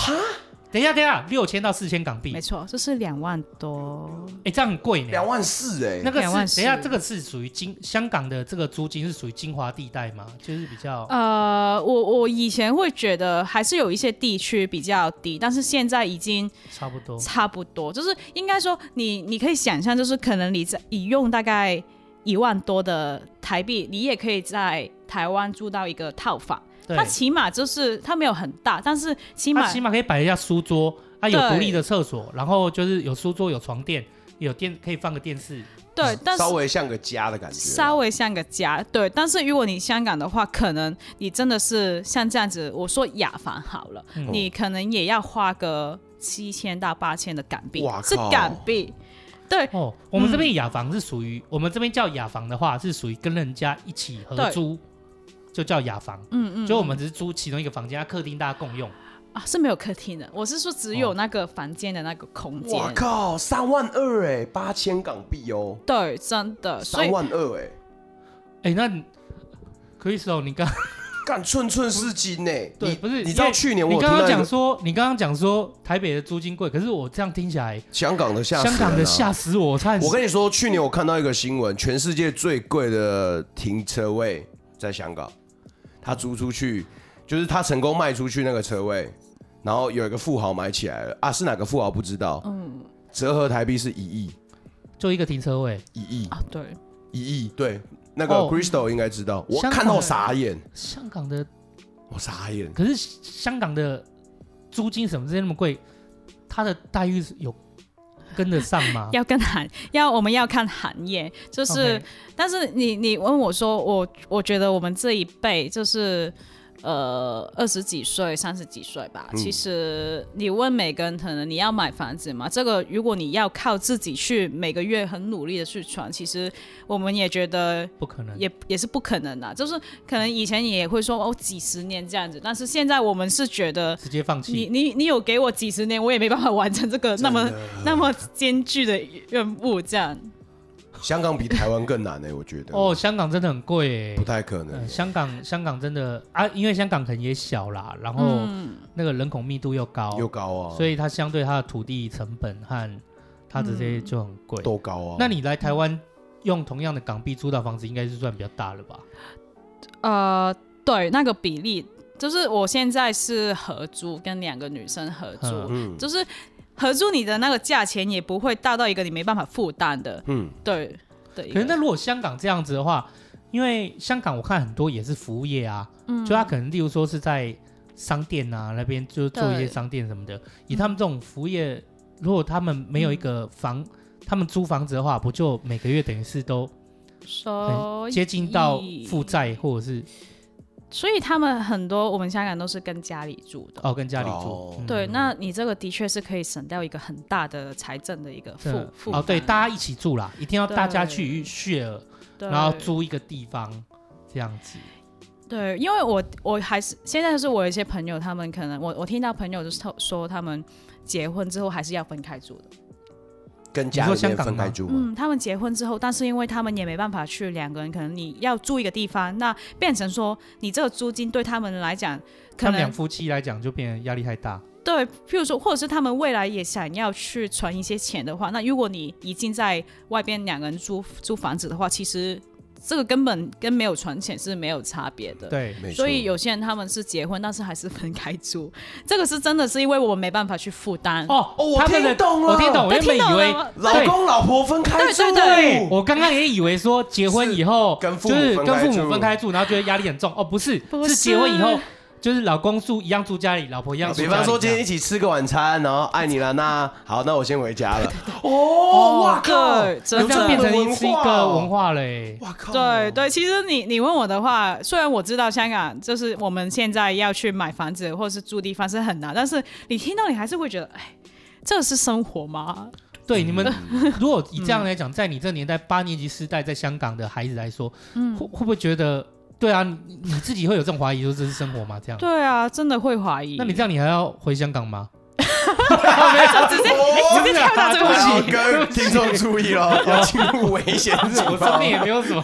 S1: 等一下，等一下，六千到四千港币
S3: 没，错，就是两万多。
S1: 哎，这样很贵呢。
S2: 两万四哎，
S1: 那个是
S3: 两
S1: 等一
S3: 万四
S1: 下，这个是属于金香港的这个租金是属于精华地带吗？就是比较
S3: 呃，我我以前会觉得还是有一些地区比较低，但是现在已经
S1: 差不多。
S3: 差不多，就是应该说你你可以想象，就是可能你在你用大概一万多的台币，你也可以在台湾住到一个套房。
S1: 对
S3: 它，起码就是它没有很大，但是起
S1: 它
S3: 码
S1: 起码可以摆一下书桌，它有
S3: 对
S1: 独立的厕所，然后就是有书桌、有床垫、有电，可以放个电视。
S3: 对，但是
S2: 稍微像个家的感觉。
S3: 稍微像个家，对。但是如果你香港的话，可能你真的是像这样子，我说雅房好了，
S2: 嗯
S3: 你可能也要花个七千到八千的港币
S2: 哇，
S3: 是
S2: 靠
S3: 港币。对
S1: 哦，我们这
S3: 嗯
S1: 边雅房是属于，我们这边叫雅房的话，是属于跟人家一起合
S3: 对
S1: 租，就叫雅房。嗯嗯，就我们只是租其中一个房间，它客厅大家共用。
S3: 啊，是没有客厅的，我是说只有那个房间的那个空间。
S2: 哇靠，三万二哎，八千港币哦，
S3: 对，真的，呃所
S2: 三
S3: 以
S2: 万二哎，
S1: 哎，那你 Chris 哦，你刚
S2: 干寸寸是金哎。
S1: 对
S2: 你
S1: 不是
S2: 你知道
S1: 因为
S2: 去年我
S1: 你
S2: 有
S1: 刚
S2: 听
S1: 刚
S2: 到一
S1: 讲
S2: 个
S1: 说，你刚刚讲说台北的租金贵，可是我这样听起来，
S2: 香港的吓，啊
S1: 香港的吓。死我，我差点
S2: 我跟你说，去年我看到一个新闻，全世界最贵的停车位在香港，他租出去，就是他成功卖出去那个车位，然后有一个富豪买起来了啊，是哪个富豪不知道，
S3: 嗯
S2: 折合台币是一亿，
S1: 就一个停车位。
S2: 一亿，
S3: 啊，对，
S2: 一亿，对，那个
S1: 哦
S2: Crystal 应该知道，我
S1: 香港
S2: 看到傻眼，
S1: 香港的，
S2: 我傻眼，
S1: 可是香港的租金什么之类那么贵，它的待遇是有跟得上 吗？
S3: 要跟行要我们要看行业，就是
S1: OK
S3: 但是你你问我说，我我觉得我们这一辈就是。呃，二十几岁、三十几岁吧。其实你问每个人，可能你要买房子嘛？这个如果你要靠自己去每个月很努力的去存，其实我们也觉得
S1: 不可能，
S3: 也也是不可能的。啊就是可能以前也会说哦几十年这样子，但是现在我们是觉得
S1: 直接放
S3: 你
S1: 弃。
S3: 你你有给我几十年，我也没办法完成这个那么那么艰巨的任务，这样
S2: 香港比台湾更难呢、我觉得，
S1: 哦，香港真的很贵
S2: 不
S1: 哎。
S2: 太可能
S1: 嗯，，香港香港真的啊，因为香港可能也小啦，然后
S3: 嗯
S1: 那个人口密度又高，
S2: 又高啊，
S1: 所以它相对它的土地成本和它这
S3: 嗯
S1: 些就很贵。
S2: 都高啊，
S1: 那你来台湾用同样的港币租到房子，应该是算比较大了吧？
S3: 呃，对那个比例，就是我现在是合租，跟两个女生合租，
S1: 嗯
S2: 嗯
S3: 就是合租你的那个价钱也不会大到一个你没办法负担的，
S2: 嗯，
S3: 对对。
S1: 可是那如果香港这样子的话，因为香港我看很多也是服务业啊，
S3: 嗯
S1: 就他可能例如说是在商店啊那边就做一些
S3: 对
S1: 商店什么的，以他们这种服务业，如果他们没有一个
S3: 嗯
S1: 房，他们租房子的话，不就每个月等于是都
S3: 所以
S1: 接近到负债或者是
S3: 所以他们很多我们香港都是跟家里住的。
S1: 哦跟家里
S2: 哦
S1: 住？嗯
S3: 对，那你这个的确是可以省掉一个很大的财政的一个
S1: 真
S3: 负
S1: 的
S3: 负
S1: 哦，对，
S3: 担
S1: 大家一起住啦，一定要大家
S3: 对
S1: 去 share，
S3: 对
S1: 然后租一个地方这样子。
S3: 对，因为我我还是现在是我有一些朋友，他们可能我我听到朋友就是透说他们结婚之后还是要分开住的，
S2: 跟家
S1: 你说
S2: 里
S1: 香
S2: 面
S1: 港
S2: 分
S1: 吗
S2: 开住吗？
S3: 嗯，他们结婚之后，但是因为他们也没办法去两个人，可能你要住一个地方，那变成说你这个租金对他们来讲，
S1: 他
S3: 可
S1: 们两
S3: 能
S1: 夫妻来讲就变得压力太大。
S3: 对，譬如说或者是他们未来也想要去存一些钱的话，那如果你已经在外边两个人租租房子的话，其实这个根本跟没有存钱是没有差别的。
S1: 对，
S2: 没错
S3: 所以有些人他们是结婚，但是还是分开住，这个是真的是因为我没办法去负担。
S1: 哦
S2: 哦我
S1: 他们的
S2: 听懂了
S1: 我听懂，我
S3: 对
S1: 原本
S3: 嗯听
S1: 以
S3: 懂了
S1: 为
S3: 吗
S2: 老公老婆分开住、欸，
S3: 对对
S1: 我刚刚也以为说结婚以后
S2: 是跟父
S1: 就是
S2: 母分
S1: 跟
S2: 开
S1: 父
S2: 住
S1: 母分开住，然后觉得压力很重。哦，不是，
S3: 不
S1: 是结婚以
S3: 是
S1: 后就是老公住一样住家里，老婆一样住家
S2: 啊比
S1: 里。
S2: 方说今天一起吃个晚餐，然后爱你了，那好，那我先回家了。哦，哇靠，
S3: 对
S1: 这样
S3: 真
S1: 这样
S3: 的
S1: 变成一
S2: 文
S1: 是一
S2: 化
S1: 个
S2: 哦
S1: 文化嘞。
S2: 哇靠，
S3: 对对，其实你你问我的话，虽然我知道香港就是我们现在要去买房子或是住地方是很难，但是你听到你还是会觉得，哎，这是生活吗？
S1: 对你们，
S2: 嗯
S3: 嗯
S1: 如果以这样来讲，在你这年代八年级时代，在香港的孩子来说，
S3: 嗯
S1: 会会不会觉得，对啊，你你自己会有这种怀疑，说这是生活吗？这样，
S3: 对啊，真的会怀疑。
S1: 那你这样，你还要回香港吗？
S3: 就 直接直接跳到这
S1: 对
S3: 个
S1: 不
S3: 问
S1: 起
S3: 题。
S2: 要哦跟听众注意喽，要进入危险
S1: 是 我身
S2: 地方
S1: 边。也没有 什么，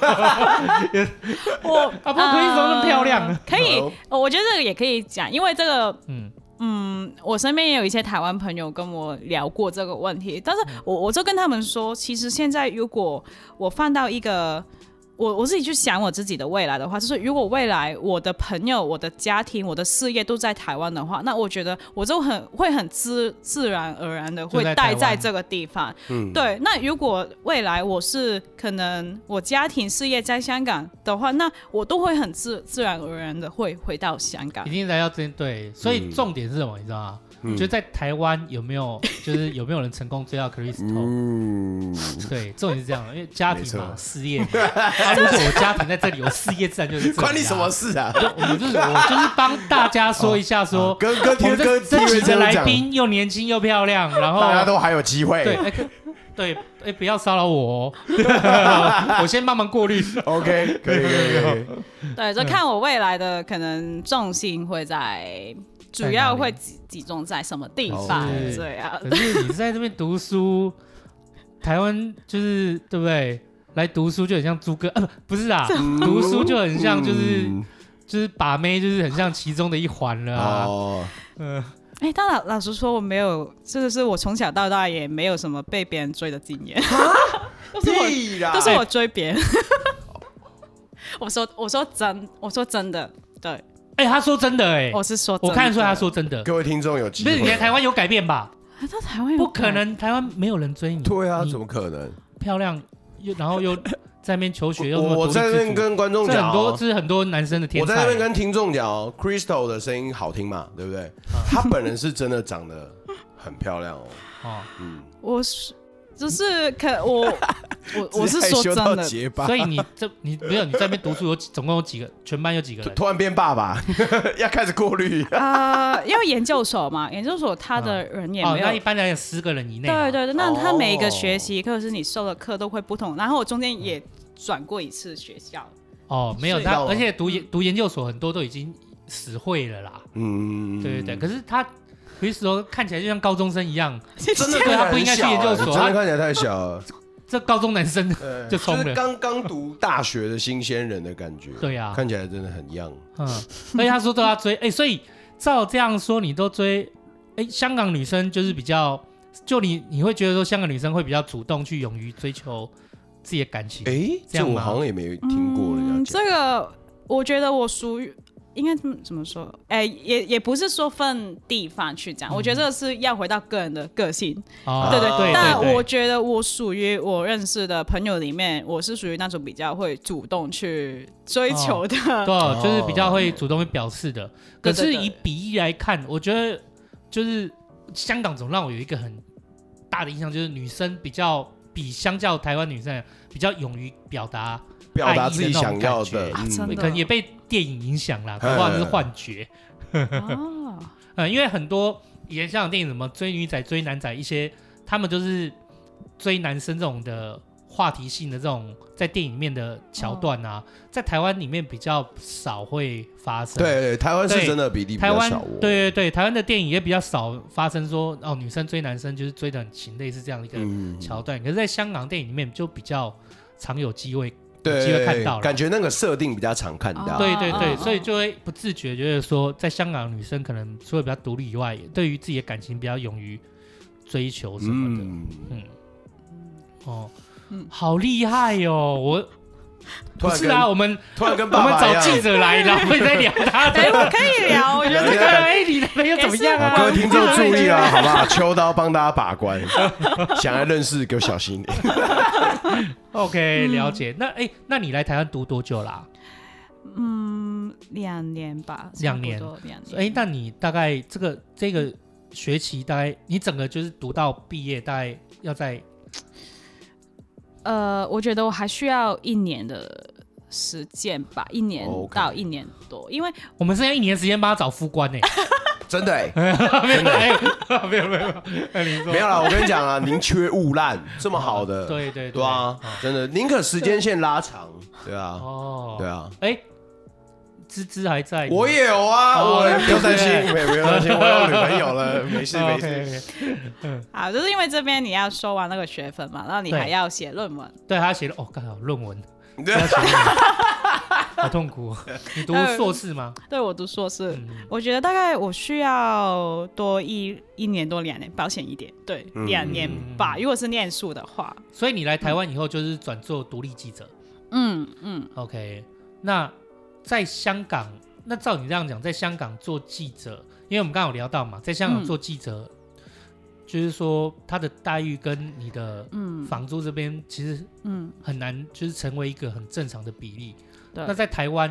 S3: 我
S1: 啊不过可以怎么那么漂亮
S3: 呃可以
S2: Hello，
S3: 呃我觉得这个也可以讲，因为这个
S1: 嗯，
S3: 我身边也有一些台湾朋友跟我聊过这个问题，但是我我就跟他们说，其实现在如果我放到一个我我自己去想我自己的未来的话，就是如果未来我的朋友、我的家庭、我的事业都在台湾的话，那我觉得我就很会很自自然而然的会
S1: 就在台
S3: 待
S1: 湾
S3: 在这个地方。
S2: 嗯，
S3: 对，那如果未来我是可能我家庭事业在香港的话，那我都会很自自然而然的会回到香港
S1: 一。定来到这边对，所以
S2: 啊嗯
S1: 重点是什么？你知道吗？
S2: 嗯
S1: 就在台湾有没有， 就是有没有人成功追到 Crystal？
S2: 嗯，
S1: 对，重点是这样，因为家庭嘛
S2: 没，错
S1: 事业嘛。啊如果我家庭在这里，我事业自然就是这里啊
S2: 关你什么？事啊？
S1: 就我们就是我就是帮大家说一下，说
S2: 跟跟
S1: 我
S2: 听
S1: 们
S2: 跟
S1: 这
S2: 哦
S1: 这
S2: 听人
S1: 几
S2: 这
S1: 个
S2: 样
S1: 来
S2: 讲，
S1: 宾又年轻又漂亮，然后
S2: 大家都还有机会。
S1: 对，哎可对，哎，不要骚扰我哦，我先慢慢过滤。
S2: OK，可以可以可以。
S3: 对，
S1: 嗯
S3: 就看我未来的可能重心会在，
S1: 在
S3: 主
S1: 哪
S3: 要
S1: 里哦
S3: 会集集中在什么地方啊
S1: 是
S3: 这样。
S1: 可是你在这边读书，台湾就是对不对？来读书就很像猪哥啊，不不是啊，读书就很像就是、
S2: 嗯
S1: 就是把妹，就是很像其中的一环了啊。
S2: 哦，
S1: 嗯、
S3: 哎、但老老实说，我没有，这个是我从小到大也没有什么被别人追的经验， 都是我，
S2: 屁啦
S3: 都是我追别人。 我说，我说真，我说真的，对，
S1: 哎、他说真的哎、
S2: 哦
S3: 我是说真
S1: 我
S3: 的，
S1: 看得出来他说真的，
S2: 各位听众有机
S1: 不
S2: 会，
S1: 是你在台湾有改变吧？
S3: 啊，到台湾有
S1: 不可，能，台湾没有人 追你。
S2: 嗯对啊，
S1: 你
S2: 怎么可能？
S1: 漂亮又然后又在那边求学又那么
S2: 我我
S1: 独立
S2: 在
S1: 自
S2: 那边
S1: 主
S2: 跟观众
S1: 这
S2: 讲
S1: 很多
S2: 哦，
S1: 这是很多男生的天
S2: 我
S1: 才。
S2: 在那边跟听众讲哦，Crystal 的声音好听嘛，对不对？
S1: 啊
S2: 她本人是真的长得很漂亮哦，
S1: 哦，
S2: 嗯，
S3: 我是就是可我 我我是
S2: 直接害
S3: 说
S2: 羞
S3: 真
S2: 到
S3: 的，
S2: 结巴，
S1: 所以你这你没有你在那边读书有几总共有几个？全班有几个
S2: 突
S1: 人？
S2: 突然变爸爸， 要开始过滤。
S3: 呃，因为研究所嘛，研究所他的人也
S1: 哦，
S3: 没有。
S1: 那一般来讲十个人以内嘛。
S3: 对对对，那他每一
S2: 哦
S3: 个学习课是你授的课都会不同，然后我中间也转过一次学校，
S1: 哦，没有
S2: 睡
S1: 他，
S2: 到了
S1: 而且
S3: 嗯
S1: 读研读研究所很多都已经死会了啦。
S2: 嗯，
S1: 对对对，可是他。有时候看起来就像高中生一样，
S2: 真 的
S1: 对
S2: 看起来
S1: 他不应该去
S2: 很
S1: 研
S2: 小啊
S1: 究所
S2: 真
S1: 他
S2: 的看起来太 小了，
S1: 这高中男生，
S2: 对
S1: 就冲了
S2: 是刚刚读大学的新鲜人的感觉，
S1: 对呀、啊，
S2: 看起来真的很 young。
S1: 嗯，所以他说都要追，哎、所以照这样说，你都追，哎、香港女生就是比较，就你你会觉得说香港女生会比较主动去勇于追求自己的感情，
S2: 哎，
S1: 这样
S2: 这我
S1: 吗
S2: 好像也没听过人
S3: 嗯，
S2: 家讲。
S3: 这个我觉得我属于应该怎么怎么说？哎、也也不是说分地方去讲，我觉得这个是要回到个人的个性。
S1: 哦，
S3: 对对
S1: 嗯对
S3: 但
S1: 对
S3: 我觉得我属于我认识的朋友里面，我是属于那种比较会主动去追求的。
S1: 对，啊就是比较会主动会表示的。可
S3: 对对
S1: 是
S3: 对
S1: 以比例来看，我觉得就是香港总让我有一个很大的印象，就是女生比较比相较台湾女生比较勇于表达，
S2: 表达自己想要
S1: 爱意的
S2: 的，嗯
S3: 那种感觉啊真
S1: 可
S3: 的
S1: 能也被电影影响啦，搞不好这是幻觉。
S3: 哦，
S1: 嗯，因为很多以前香港电影什么追女仔、追男仔一些，他们就是追男生这种的话题性的这种在电影里面的桥段啊，
S3: 哦
S1: 在台湾里面比较少会发生。
S2: 对对，台湾是
S1: 对
S2: 真的比例比
S1: 台
S2: 较
S1: 湾
S2: 少哦。
S1: 对对对，台湾的电影也比较少发生说哦，女生追男生就是追的很勤，类似这样一个
S2: 嗯，
S1: 桥段。可是，在香港电影里面就比较常有机会，有机会
S2: 对
S1: 看到啦
S2: 感觉那个设定比较常看到。嗯
S3: 啊
S1: 对对对，
S3: 啊
S1: 所以就会不自觉觉得说，在香港女生可能除了比较独立以外，对于自己的感情比较勇于追求什么的。
S2: 嗯，
S1: 嗯，哦
S3: 嗯，
S1: 好厉害哦！我
S2: 突
S1: 不
S2: 然
S1: 是
S2: 跟
S1: 啊，我们
S2: 突然跟
S1: 我
S2: 爸
S1: 们
S2: 爸一
S1: 找记
S2: 样。
S1: 者来，然后再聊他
S3: 哎、
S1: 的。
S3: 我可以聊，我觉哎得
S2: 聊一下
S1: 哎，你的 又怎么样啊
S2: 啊、？各位听众注意啊，好不好？秋刀帮大家把关， 想要认识给我小心一点。嗯
S1: OK，了解。那哎、那你来台湾读多久啦？
S3: 两年吧，
S1: 两年
S3: 差不多两年。
S1: 哎、那你大概这个这个学期大概你整个就是读到毕业，大概要在
S3: 呃，我觉得我还需要一年的时间吧，一年
S2: 哦 OK
S3: 到一年多，因为
S1: 我们剩下一年时间帮他找副官呢、
S2: 真的、欸，
S1: 没有没有没有没有，哎你说
S2: 没有啦，我跟你讲啊，宁缺毋滥，这么好的，
S1: 对对
S2: 对啊，真的，宁可时间线拉长，对啊，
S1: 哦，
S2: 对啊，
S1: 哎、芝芝还在，
S2: 我也有啊，
S1: 哦
S2: 我不用担心，
S1: 对
S2: 没不用担心，我有女朋友了，没事
S1: 哦
S2: 没事。
S1: 事。
S3: 啊，就是因为这边你要收完那个学分嘛，然后你
S1: 对
S3: 还要写论文，
S1: 对他写了哦，刚好论文，
S2: 对
S1: 他写论文好痛苦、哦。你读硕士吗？
S3: 对我读硕士。
S1: 嗯，
S3: 我觉得大概我需要多一一年多两年，保险一点，对，
S2: 嗯
S3: 两年吧。如果是念书的话，
S1: 所以你来台湾以后就是转做独立记者。
S3: 嗯嗯，
S1: OK，那在香港，那照你这样讲，在香港做记者，因为我们刚刚有聊到嘛，在香港
S3: 嗯
S1: 做记者，就是说他的待遇跟你的房租这边其实
S3: 嗯
S1: 很难，就是成为一个很正常的比例。
S3: 对
S1: 那在台湾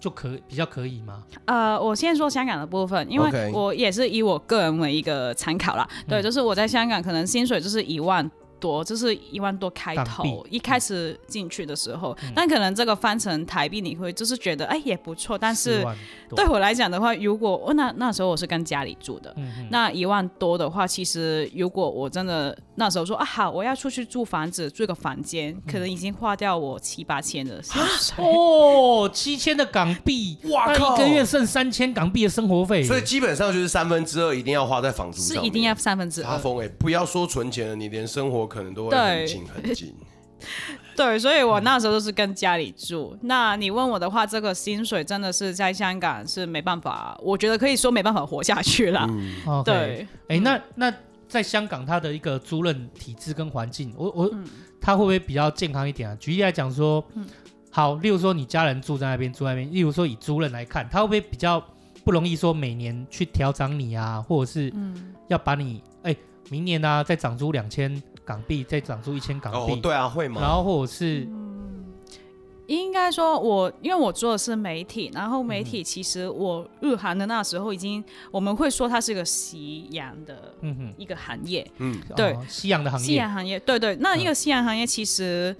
S1: 就可比较可以吗？
S3: 呃，我先说香港的部分，因
S2: OK
S3: 为我也是以我个人为一个参考啦。对，
S1: 嗯
S3: 就是我在香港可能薪水就是一万多，就是一万多开
S1: 港
S3: 头，
S1: 币嗯
S3: 一开始进去的时候，但可能这个翻成台币，你会就是觉得哎也不错，但
S1: 10
S3: 是
S1: 万多
S3: 对，我来讲的话，如果我那那时候我是跟家里住的，
S1: 嗯嗯
S3: 那一万多的话，其实如果我真的那时候说啊好，我要出去租房子，住一个房间，可能已经花掉我七八千的薪水。
S1: 嗯哦，七千的港币，
S2: 哇
S1: 那
S2: 靠
S1: 一个月剩三千港币的生活费，
S2: 所以基本上就是三分之二一定要花在房租
S3: 是
S2: 上，
S3: 一定要。三分之
S2: 阿
S3: 二，
S2: 峰哎，不要说存钱了，你连生活可能都会很紧很紧。
S3: 对，所以我那时候就是跟家里住。那你问我的话，这个薪水真的是在香港是没办法，我觉得可以说没办法活下去 了。
S1: 嗯
S2: 嗯
S1: OK
S3: 对，
S1: 哎、那那在香港，它的一个租赁体制跟环境，我我、
S3: 嗯
S1: 它会不会比较健康一点啊？举例来讲说，好，例如说你家人住在那边，住在那边，例如说以租赁来看，它会不会比较不容易说每年去调涨你啊，或者是
S3: 嗯
S1: 要把你哎、明年啊再涨租两千港币，再涨租一千港币，
S2: 哦，对啊，会
S1: 然
S2: 吗？
S1: 后或者是
S3: 嗯应该说我，因为我做的是媒体，然后媒体其实我日韩的那时候已经，我们会说它是一个夕阳的
S1: 嗯哼，
S3: 一个行业，
S2: 嗯，
S3: 对
S1: 哦夕阳的行
S3: 夕
S1: 业，
S3: 阳行业，对对，那一个夕阳行业其实，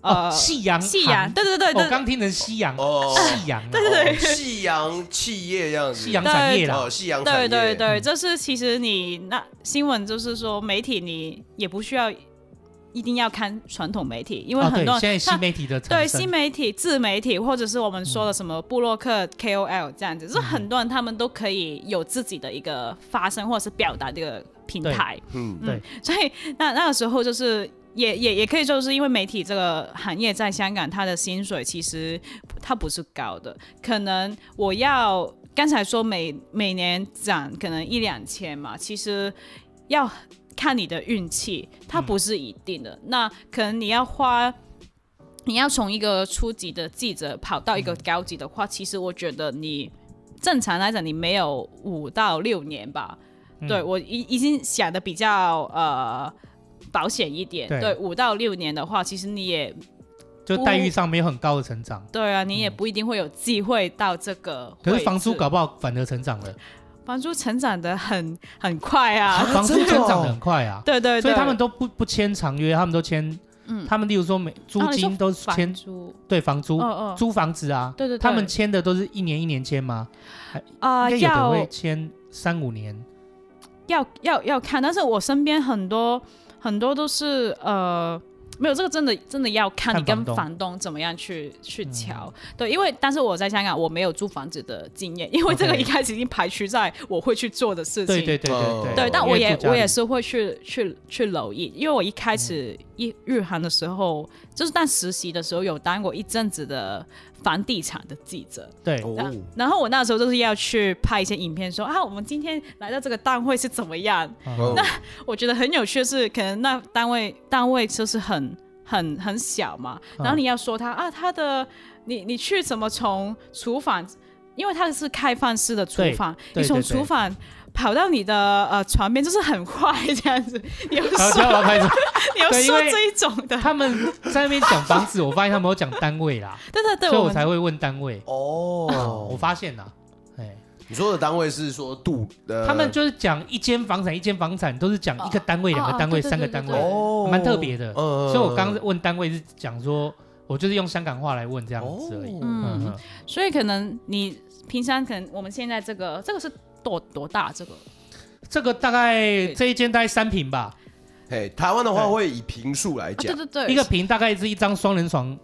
S3: 呃
S1: 嗯哦，，夕阳
S3: 夕阳，
S1: 行，
S3: 对对对
S1: 我、
S3: 对，
S1: 刚听成夕阳，
S2: 哦，
S1: 夕阳啊，对
S2: 对，夕阳企业这样子，
S1: 夕阳产业啦
S2: 哦，，夕阳产
S3: 对
S2: 业，
S3: 对对，
S1: 嗯
S3: 这是其实你那新闻就是说媒体你也不需要一定要看传统媒体，因为
S1: 哦
S3: 很
S1: 对
S3: 多，
S1: 现在
S3: 人
S1: 新
S3: 他
S1: 媒体的产
S3: 对
S1: 生
S3: 新媒体、自媒体，或者是我们说的什么布洛克、KOL 这样子，
S1: 嗯
S3: 就是很多人他们都可以有自己的一个发声或者是表达这个平台，
S2: 嗯，
S1: 对，
S3: 所以那那个时候就是。也也也可以，就是因为媒体这个行业在香港，它的薪水其实它不是高的，可能我要刚才说每每年涨可能一两千嘛，其实要看你的运气，它不是一定的。那可能你要花，你要从一个初级的记者跑到一个高级的话，其实我觉得你正常来讲，你没有五到六年吧。对我已已经想的比较呃保险一点，
S1: 对
S3: 对五到六年的话，其实你也
S1: 就待遇上没有很高的成长，
S3: 对啊，你也不一定会有机会到这个位置。
S1: 嗯可是房租搞不好反而成长了，
S3: 房租成长的很很快啊，
S1: 房租
S2: 真的
S1: 成长
S2: 哦
S1: 的很快啊，
S3: 对对对，嗯
S1: 所以他们都不不签长约，他们都签，他们例如说每租
S3: 哦你说
S1: 金都是
S3: 房
S1: 签
S3: 租，
S1: 对房租
S3: 嗯嗯，
S1: 租房子啊，
S3: 对对对
S1: 他们签的都是一年一年签吗？
S3: 啊
S1: 应该有的会
S3: 要
S1: 签三五年，
S3: 要要要看，但是我身边很多很多都是呃。没有这个真的真的要看
S1: 看
S3: 你跟
S1: 房东嗯
S3: 房东怎么样去去瞧，对，因为但是我在香港我没有租房子的经验，因为这个
S1: OK
S3: 一开始已经排除在我会去做的事情。
S1: 对对对
S2: 哦
S1: 对对，
S3: 对，但
S1: 因
S3: 我
S1: 为
S3: 也
S1: 住家
S3: 我也
S1: 里
S3: 是会去去去留意，因为我一开始
S1: 嗯
S3: 一日韩的时候，就是当实习的时候有当过一阵子的房地产的记者，
S1: 对
S2: 哦
S3: 然，然后我那时候就是要去拍一些影片说，啊，我们今天来到这个单位是怎么样？
S1: 嗯
S2: 那
S3: 我觉得很有趣的是，可能那单位单位就是很很很小嘛，
S1: 嗯
S3: 然后你要说他啊，他的你你去怎么从厨房，因为它是开放式的厨房，
S1: 对对
S3: 你从
S1: 对对
S3: 厨房。跑到你的呃床边，就是很快这样子，你要
S1: 好，
S3: 说
S1: 好好 开始。
S3: 你要
S1: 对因
S3: 说
S1: 为
S3: 这一种的，
S1: 他们在那边讲房子，我发现他们有讲单位啦，
S3: 对对对，
S1: 所以我
S3: 们
S1: 才会问单位。我
S2: 哦，
S1: 发现啦，哎，
S2: 你说的单位是说度，呃
S1: 他们就是讲一间房产，一间房产都是讲一个单位、
S3: 哦
S1: 两个单位、
S3: 哦对对
S1: 三个
S3: 对对
S1: 单
S3: 对
S1: 位，
S2: 哦，
S1: 蛮特别的。
S2: 嗯
S1: 所以我刚问单位是讲说，我就是用香港话来问这样子而
S2: 哦
S1: 已。
S3: 嗯
S1: 嗯，嗯
S3: 所以可能你平常可能我们现在这个这个是多多大这个啊
S1: 这个大概这一间大概三平吧，
S2: 嘿，台湾的话会以平数来
S3: 啊对
S2: 讲，
S3: 对对，
S1: 一个平大概是一张双人床，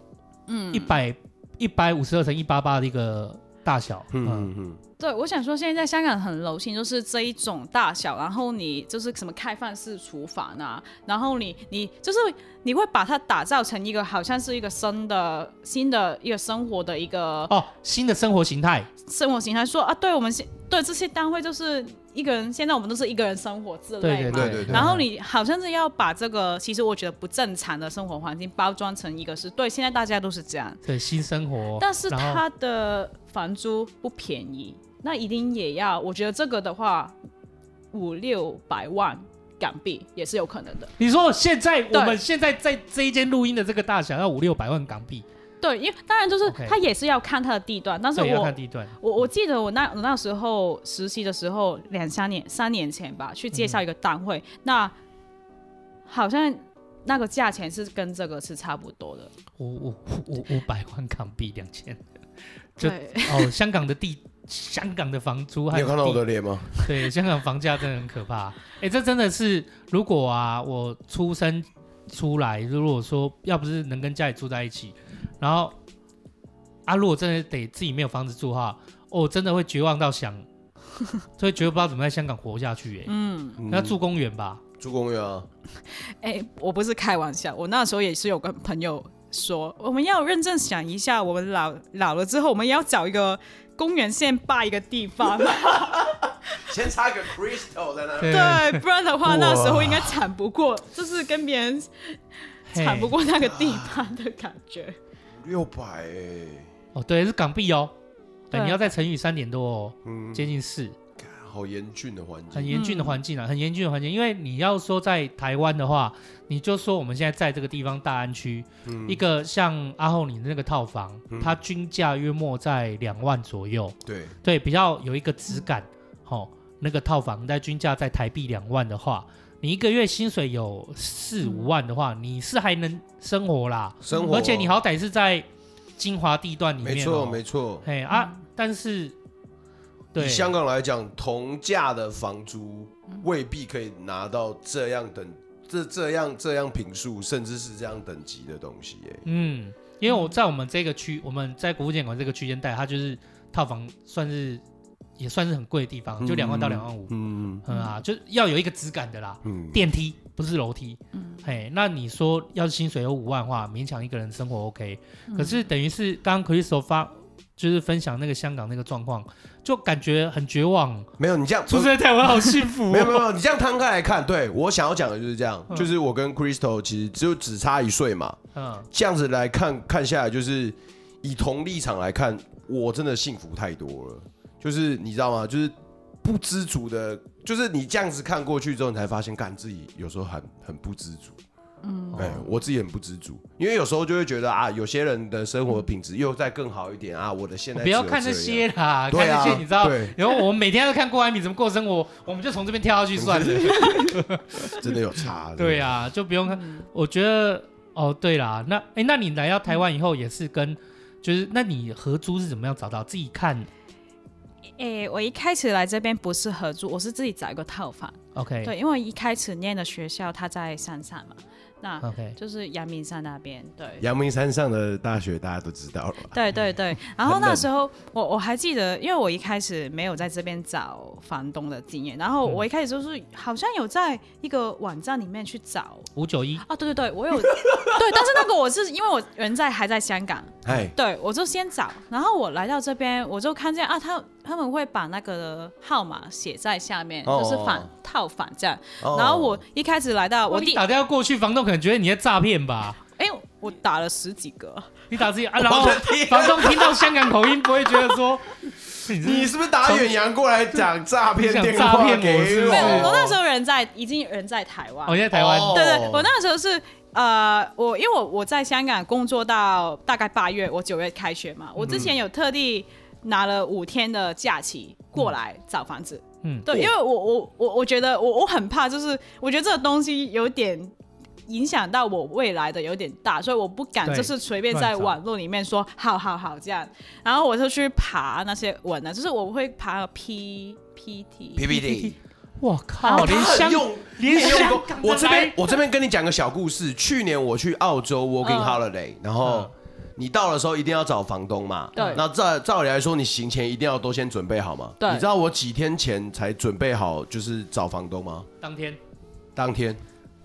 S1: 嗯，一百一百五十二乘一八八的一个大小，嗯，
S2: 嗯嗯
S3: 对，我想说，现在在香港很流行，就是这一种大小，然后你就是什么开放式厨房啊，然后你你就是你会把它打造成一个好像是一个新的新的一个生活的一个
S1: 哦，新的生活形态，
S3: 生活形态，说啊，对我们现对这些单位就是一个人，现在我们都是一个人生活之类
S1: 对
S3: 嘛，
S2: 对对对
S3: 然后你好像是要把这个，其实我觉得不正常的生活环境包装成一个是对，现在大家都是这样，
S1: 对新生活，
S3: 但是
S1: 哦然后
S3: 他的房租不便宜，那一定也要，我觉得这个的话，五六百万港币也是有可能的。
S1: 你说现在
S3: 对
S1: 我们现在在这一间录音的这个大小要五六百万港币，
S3: 对，因为当然就是
S1: OK
S3: 他也是要看他的地段，但是
S1: 所以要
S3: 我
S1: 看地段。
S3: 我我记得我那我那时候实习的时候，两三年三年前吧，去介绍一个单位，
S1: 嗯
S3: 那好像那个价钱是跟这个是差不多的。
S1: 五五五五百万港币两千就
S3: 对，
S1: 哦，香港的地，香港的房租还
S2: 你
S1: 有
S2: 有看到我
S1: 地
S2: 的脸吗？
S1: 对香港房价真的很可怕。哎，这真的是如果啊，我出生出来，如果说要不是能跟家里住在一起，然后啊，如果真的得自己没有房子住的话，哦，我真的会绝望到想， 就会觉得不知道怎么在香港活下去哎、
S3: 嗯，
S1: 那住公园吧，
S2: 住公园啊，
S3: 哎、我不是开玩笑，我那时候也是有跟朋友说，我们要认真想一下，我们老老了之后，我们也要找一个公园线霸一个地方，
S2: 先插个 crystal 在那
S1: 对
S3: 对，不然的话那时候
S2: 哇
S3: 应该惨不过，就是跟别人
S1: 嘿
S3: 惨不过那个地方的感 觉。
S2: 六百哎，
S1: 哦，对，是港币哦。对，
S3: 对
S1: 你要再乘以三点多哦，
S2: 嗯，
S1: 接近四，
S2: 好严峻的环
S1: 很
S2: 境，
S1: 严峻的
S3: 嗯
S1: 环境啊，很严峻的环境。因为你要说在台湾的话，你就说我们现在在这个地方大安区，
S2: 嗯
S1: 一个像阿后你的那个套房，
S2: 嗯
S1: 它均价约莫在两万左右，
S2: 对，
S1: 对，比较有一个质感。哦，那个套房在均价在台币两万的话，你一个月薪水有四五万的话，你是还能生活啦，
S2: 生活，
S1: 而且你，好歹是在精华地段里面、哦，
S2: 没错没错。
S1: 哎啊，但是对嗯
S2: 以香港来讲，同价的房租未必可以拿到这样等这这样这样品数，甚至是这样等级的东西耶。
S1: 嗯，因为我在我们这个区，我们在国富建馆这个区间带，它就是套房算是也算是很贵的地方，就两万到两万五，
S2: 嗯
S1: 嗯啊，就是要有一个质感的啦，
S2: 嗯，
S1: 电梯不是楼梯，
S3: 嗯
S1: 嘿，那你说要是薪水有五万的话，勉强一个人生活 OK，可是等于是刚刚 Crystal 发。就是分享那个香港那个状况，就感觉很绝望。
S2: 没有你这样
S1: 出生在台湾好幸 福、哦，
S2: 没有没有，没有你这样摊开来看，对我想要讲的就是这样，
S1: 嗯
S2: 就是我跟 Crystal 其实就只差一岁嘛，
S1: 嗯，
S2: 这样子来看看下来，就是以同立场来看，我真的幸福太多了。就是你知道吗？就是不知足的，就是你这样子看过去之后，你才发现，干自己有时候很很不知足。
S3: 嗯
S2: 哎、我自己很不知足，因为有时候就会觉得啊，有些人的生活品质又再更好一点啊，我的现在
S1: 不要
S2: 只有
S1: 看
S2: 这
S1: 那
S2: 样
S1: 些啦，
S2: 对
S1: 看
S2: 啊
S1: 那些你知道
S2: 对，
S1: 然后我们每天都看郭安敏怎么过生活，我们就从这边跳下去算了。
S2: 真的有差。
S1: 对
S2: 啊，
S1: 啊，就不用看。
S3: 嗯
S1: 我觉得哦，对啦，那哎，那你来到台湾以后也是跟，就是那你合租是怎么样找到？自己看
S3: 诶、哎我一开始来这边不是合租，我是自己找一个套房。
S1: ，OK，
S3: 对，因为一开始念的学校它在山上嘛，那
S1: OK，
S3: 就是阳明山那边。对，
S2: 阳明山上的大学大家都知道了吧？
S3: 对 对对。然后
S2: 很冷
S3: 那时候我我还记得，因为我一开始没有在这边找房东的经验，然
S2: 嗯
S3: 后我一开始就是好像有在一个网站里面去找。
S1: 五九一，
S3: 啊，对对对，我有 对，但是那个我是因为我人在还在香港，
S2: 哎，
S3: 对，我就先找，然后我来到这边，我就看见啊，他他们会把那个号码写在下面，
S2: 哦
S3: 就是
S2: 哦
S3: 反套反这样。
S2: 哦
S3: 然后我一开始来到我
S1: 我你
S3: 第，
S1: 打电话过去，房东可能觉得你在诈骗 吧？
S3: 哎，我打了十几
S2: 哦
S3: 个，
S1: 你打自己啊，然后房东听到香港口音，不会觉得说你是
S2: 你是不是打远洋过来讲诈骗
S1: 你想
S2: 电话
S1: 诈骗我
S2: 给
S1: 是不是
S3: 没有，我
S1: 哦
S3: 我那时候人在已经人在台湾，
S1: 我在台湾，
S2: 哦
S3: 对对，我那时候是呃，我因为我我在香港工作到大概八月，我九月开学
S1: 嗯
S3: 嘛，我之前有特地拿了五天的假期过来找房子。
S1: 嗯
S3: 对，因为我我我我觉得我我很怕，就是我觉得这个东西有点影响到我未来的有点大，所以我不敢
S1: 对
S3: 就是随便
S1: 乱
S3: 在
S1: 找
S3: 网络里面说好好好这样，然后我就去爬那些文啊，就是我会爬 P P T
S2: PPT。
S1: 我靠，连香
S2: 哦用
S1: 连
S2: 用
S1: 香
S2: 过
S1: 港的
S2: 我这边
S1: 来
S2: 我这边跟你讲个小故事。去年我去澳洲 working
S3: 嗯
S2: holiday，、然后你到的时候一定要找房东嘛。
S3: 对
S2: 那照照理来说，你行前一定要都先准备好嘛。
S3: 对
S2: 你知道我几天前才准备好就是找房东吗？
S1: 当天
S2: 当天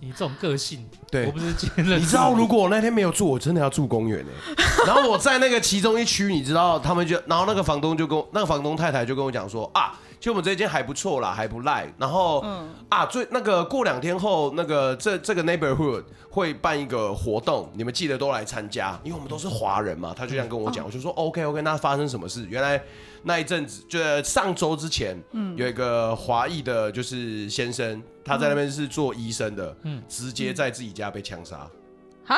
S1: 你这种个性，
S2: 对
S1: 我不是今天认识
S2: 你知道，如果我那天没有住，我真的要住公园 哎、然后我在那个其中一区，你知道，他们就，然后那个房东就跟我，那个房东太太就跟我讲说啊，其实我们这间还不错啦，还不赖。然后、
S1: 嗯
S2: 啊，最那个过两天后，那个这这个 neighborhood 会办一个活动，你们记得都来参加，因为我们都是华人嘛。他就这样跟
S1: 嗯
S2: 我讲，我就说 OK OK，那发生什么事？原来那一阵子，就是上周之前，
S1: 嗯
S2: 有一个华裔的，就是先生，他在那边是做医生的，
S1: 嗯
S2: 直接在自己家被枪杀。
S3: 哈，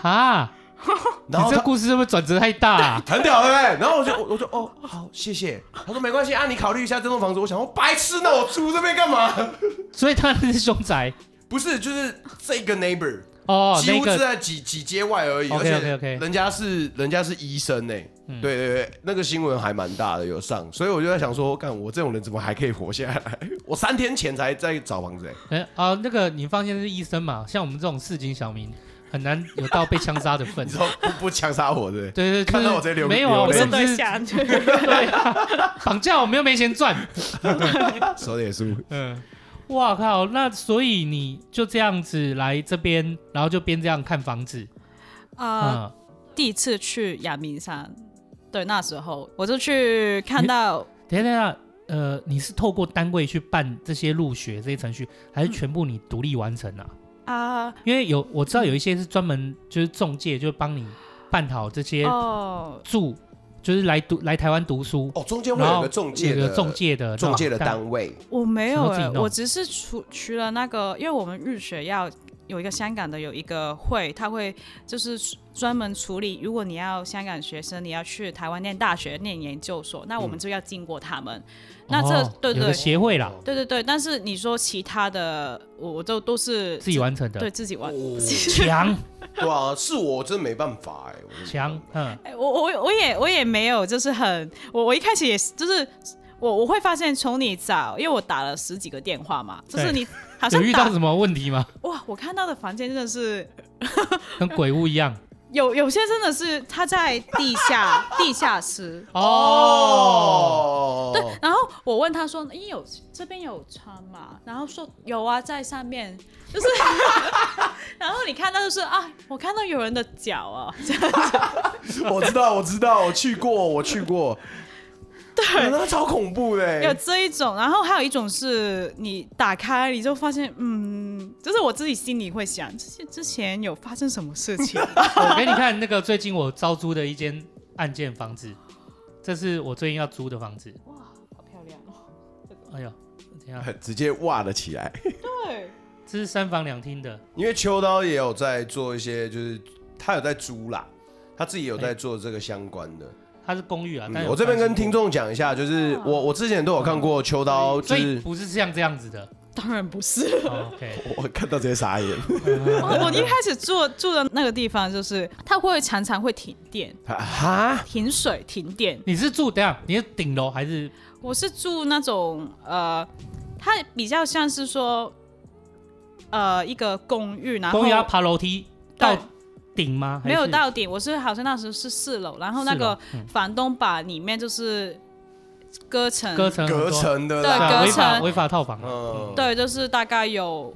S1: 啊，你
S2: 然后
S1: 这
S2: 他
S1: 故事会不会转折太大啊？
S2: 很屌，对不对？然后我就我我就哦，好，谢谢。他说没关系啊，你考虑一下这栋房子。我想说，白痴，那我住这边干嘛？
S1: 所以他是凶宅
S2: 不是，就是这个 neighbor，、
S1: 哦，
S2: 几
S1: 那
S2: 乎是
S1: 个
S2: 在几几街外而已。而
S1: OK，OK，OK 嗯
S2: 且人家是人家是医生呢、对对对，那个新闻还蛮大的，有上，所以我就在想说，干我这种人怎么还可以活下来？我三天前才在找 房子、欸，
S1: 哎啊，那个你放心是医生嘛，像我们这种市井小民，很难有到被枪杀的份
S2: 你。知道不不枪杀我对不对？
S1: 对对，就是
S2: 看到我直接流
S1: 没有啊，
S2: 流
S1: 我
S2: 泪
S1: 又
S3: 针
S1: 不
S3: 对
S1: 是
S3: 下
S1: 对啊，绑架我们又没钱赚。
S2: 手也 输，
S1: 嗯，哇靠，那所以你就这样子来这边，然后就边这样看房子
S3: 啊，
S1: 啊、
S3: 第一次去阳明山，对，那时候我就去看到
S1: 嗯。等一下等一下，呃，你是透过单位去办这些入学这些程序，还是全部你独立完成啊？
S3: 啊，
S1: 因为有我知道有一些是专门就是中介，就帮你办好这些
S3: 哦，
S1: 住，就是来读来台湾读书，
S2: 哦，中间会
S1: 然
S2: 有
S1: 后
S2: 一个中介
S1: 有一
S2: 的
S1: 个中介的
S2: 中介的
S1: 那种
S2: 单位，
S3: 我没
S1: 什
S3: 有
S1: 么自己
S3: 哎、
S1: 弄
S3: 我只是除除了那个，因为我们日学要有一个香港的有一个会，他会就是专门处理，如果你要香港学生，你要去台湾念大学、念研究所，那我们就要经过他们。那这、
S1: 嗯哦
S3: 对
S1: 有
S3: 对
S1: 个协会啦，
S2: 哦
S3: 对对对，但是你说其他的，我我都都是
S1: 自己完成
S3: 对
S1: 的，
S3: 自己玩。
S2: 哦
S1: 强
S2: 对啊，是我真没办法哎、我
S1: 强，嗯，
S3: 哎我我我也我也没有，就是很我我一开始也是，就是我我会发现从你找，因为我打了十几个电话嘛，就是
S1: 对
S3: 你好像
S1: 有遇
S3: 打
S1: 到什么问题 吗？
S3: 哇，我看到的房间真的是
S1: 跟鬼屋一样
S3: 有有些真的是他在地下地下室。
S1: 哦，
S3: 对，然后我问他说：“你有这边有窗吗？”然后说：“有啊，在上面。”就是， 然后你看到就是啊，我看到有人的脚啊，
S2: 我知道，我知道，我去过，我去 过。对，那超恐怖的、
S3: 有
S2: 欸。
S3: 这一种。然后还有一种是你打开你就发现，嗯，就是我自己心里会想，这些之前有发生什么事 情？
S1: 我给你看那个最近我招租的一间案件房子，这是我最近要租的房子，
S3: 哇，好漂亮哦！
S1: 哎呦，怎样？
S2: 直接哇了起来，
S3: 对，
S1: 这是三房两厅的，
S2: 因为秋刀也有在做一些，就是他有在租啦，他自己有在做这个相关的。
S1: 它是公寓啊，但
S2: 嗯
S1: 有
S2: 我这边
S1: 翻
S2: 跟
S1: 新
S2: 听
S1: 过，
S2: 众讲一下，就是我我之前都有看过秋刀，就
S1: 哦所以
S2: 是
S1: 不是像这样子的。
S3: 当然 不是。
S1: 哦 OK， 哦
S2: 我我看到直接 傻眼，
S3: 我我一开始住住的那个地方，就是它会常常会停电、
S2: 啊哈，
S3: 停水、停电。
S1: 你是住等一下你是顶楼还是
S3: 我是住那种呃，它比较像是说呃一个公寓，然后
S1: 公寓要啊爬楼梯到
S3: 对
S1: 顶吗？还
S3: 没有
S1: 是
S3: 到顶，我是好像那时候是四楼，然后那个
S1: 四楼嗯
S3: 房东把里面就是割成
S1: 隔层很多
S2: 隔层的
S1: 对
S3: 嗯对
S1: 啊
S2: 啦，
S3: 隔
S1: 违法
S3: 层
S1: 违法套房啊。
S2: 嗯，
S3: 对，就是大概有。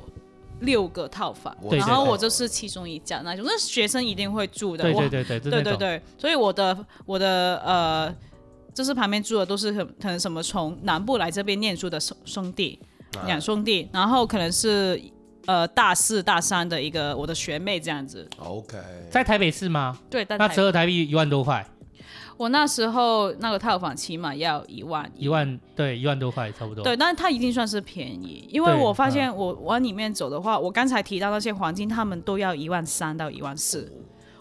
S3: 六个套房，
S1: 对
S3: 然后
S1: 对对
S3: 我就是其中一家那种，那学生一定会住的。
S1: 对
S3: 我
S1: 对对对，就
S3: 对
S1: 那
S3: 对
S1: 种
S3: 对，所以我的我的呃，就是旁边住的都是可可能什么从南部来这边念书的兄兄弟
S2: 啊
S3: 两兄弟，然后可能是呃大四大三的一个我的学妹这样子。
S2: ，OK，
S1: 在台北市吗？
S3: 对，但
S1: 那
S3: 台
S1: 折合台币一万多块，
S3: 我那时候那个套房起码要一万
S1: 一。万对一万多块差不多。
S3: 嗯对，但是它一定算是便宜，因为
S1: 对嗯
S3: 我发现我往里面走的话，我刚才提到那些黄金，他们都要一万三到一万四，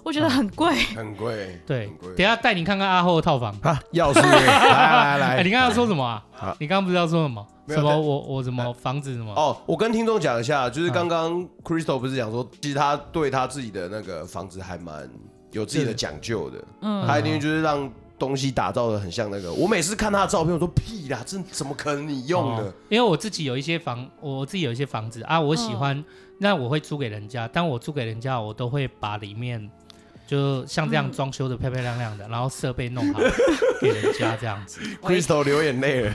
S3: 我
S1: 嗯
S3: 觉得很贵。
S2: 很贵，
S1: 对
S2: 很，
S1: 等一
S2: 贵。
S1: 下带你看看阿厚的套房。
S2: 啊，要是 来来
S1: 哎，
S2: 来
S1: 你，刚刚要说什么啊
S2: 好？
S1: 你刚刚不是要说什么？
S2: 没有
S1: 什么
S2: 但
S1: 我我什么房子什么？
S2: 哦，我跟听众讲一下，
S1: 啊
S2: 就是刚刚 Crystal 不是讲说，其实他对他自己的那个房子还蛮有自己的讲究的，
S3: 嗯
S2: 他一定就是让东西打造的很像那个。我每次看他的照片，我说屁啦，这怎么可能你用
S1: 哦
S2: 的？
S1: 因为我自己有一些房，我自己有一些房
S3: 嗯
S1: 子啊，我喜欢，那我会租给人家，但我租给人家，我都会把里面就像这
S3: 嗯
S1: 样装修的漂漂亮亮的，然后设备弄好 给人家这样子，
S2: Crystal 流眼泪了。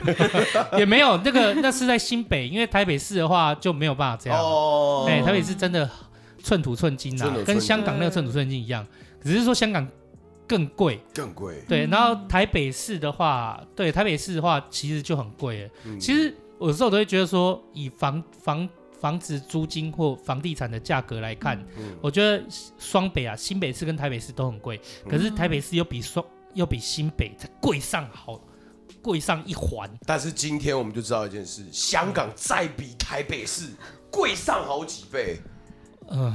S1: 也没有那个那是在新北，因为台北市的话就没有办法 这样。
S2: 哦
S1: 哎、台北是真的寸土寸金
S2: 寸
S1: 啊
S2: 土，寸
S1: 跟
S2: 金
S1: 香港那个寸土寸金一样，只是说香港更贵。
S2: 更贵。
S1: 对，然后台北市的话，对台北市的话其实就很贵了。
S2: 嗯
S1: 其实我有时候都会觉得说，以房房房子租金或房地产的价格来看，
S2: 嗯
S1: 我觉得双北啊，新北市跟台北市都很贵，
S2: 嗯
S1: 可是台北市又比双又比新北再贵上好贵上一环。
S2: 但是今天我们就知道一件事：香港再比台北市贵上好几倍。
S1: 嗯、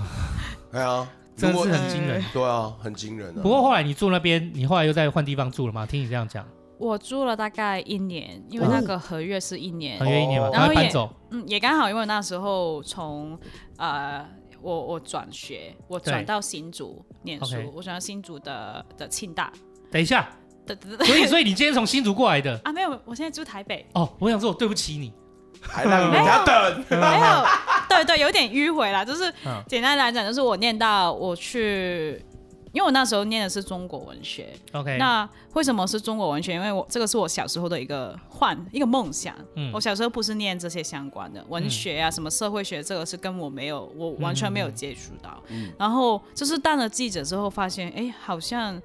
S2: 哎呀，
S1: 真的
S2: 如果
S1: 是很惊人。
S2: 对啊，很惊人啊。
S1: 不过后来你住那边，你后来又在换地方住了吗？听你这样讲，
S3: 我住了大概一年，因为
S1: 嗯
S3: 那个合约是一年
S1: 很，愿意你嘛，
S2: 哦
S1: 赶快
S3: 哎然后
S1: 搬
S3: 也
S1: 走。
S3: 嗯，也刚好因为那时候从呃。我我转学，我
S1: 对
S3: 转到新竹念书
S1: OK，
S3: 我转到新竹的的庆大，
S1: 等一 下，
S3: 的的
S1: 所以所以你今天从新竹过来的
S3: 啊没有，我现在住台北，
S1: 哦，我想说我对不起你。
S2: 还让人 家等，
S3: 没有，对对，有点迂回啦。就是
S1: 嗯
S3: 简单来讲，就是我念到我去，因为我那时候念的是中国文学。
S1: OK，
S3: 那为什么是中国文学？因为我这个是我小时候的一个幻，一个梦想。
S1: 嗯
S3: 我小时候不是念这些相关的文学啊，什么社会学，这个是跟我没有，我
S1: 嗯
S3: 完全没有接触到。然后就是当了记者之后，发现哎，好像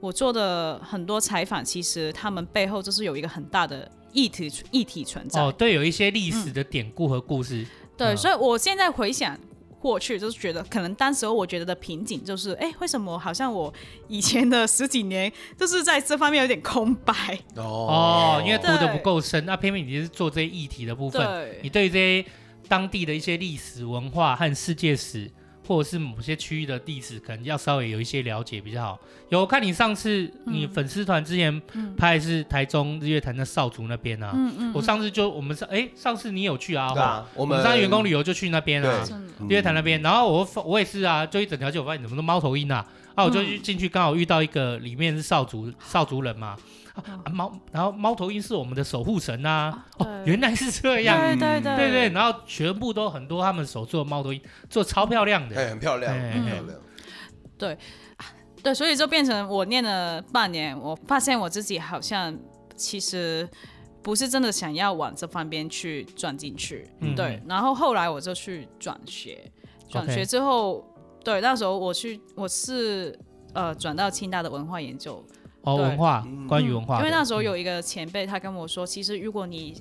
S3: 我做的很多采访，其实他们背后就是有一个很大的议题议题存在。
S1: 哦，对，有一些历
S3: 嗯
S1: 史的典故和故事。
S3: 对，
S1: 嗯
S3: 所以我现在回想过去，就是觉得可能当时候我觉得的瓶颈就是，哎，为什么好像我以前的十几年就是在这方面有点空 白？
S1: 哦，因为读
S3: 对
S1: 的不够深，那偏偏你是做这些议题的部分，你对
S3: 对，
S1: 于这些当地的一些历史文化和世界史，或者是某些区域的历史，可能要稍微有一些了解比较好。有，我看你上次
S3: 嗯
S1: 你粉丝团之前拍的是台中日月潭的少族那边啊，
S3: 嗯嗯，
S1: 我上次就我们上哎、上次你有去啊？
S2: 对啊，我
S1: 我们上次员工旅游就去那边啊
S2: 对。
S3: 真的
S1: 日月潭那边，然后我发我也是啊，就一整条街我发现怎么都猫头鹰啊，啊我就去进去刚好遇到一个里面是少族少族人嘛，啊啊猫，然后猫头鹰是我们的守护神啊，哦
S3: 哦对
S1: 原来是这样，
S3: 对对对
S1: 嗯对对，然后全部都很多他们手做的猫头鹰，做超漂亮
S2: 哎，
S1: 的，
S2: 很漂亮，
S1: 哎
S2: 很漂亮。
S3: 对，所以就变成我念了半年，我发现我自己好像其实不是真的想要往这方面去转进去，
S1: 嗯
S3: 对。然后后来我就去转学，转
S1: OK
S3: 学之后对，那时候我去我是呃转到清大的文化研究，
S1: 哦
S3: 对嗯
S1: 文化关于文化的，嗯
S3: 因为那时候有一个前辈他跟我说，其实如果你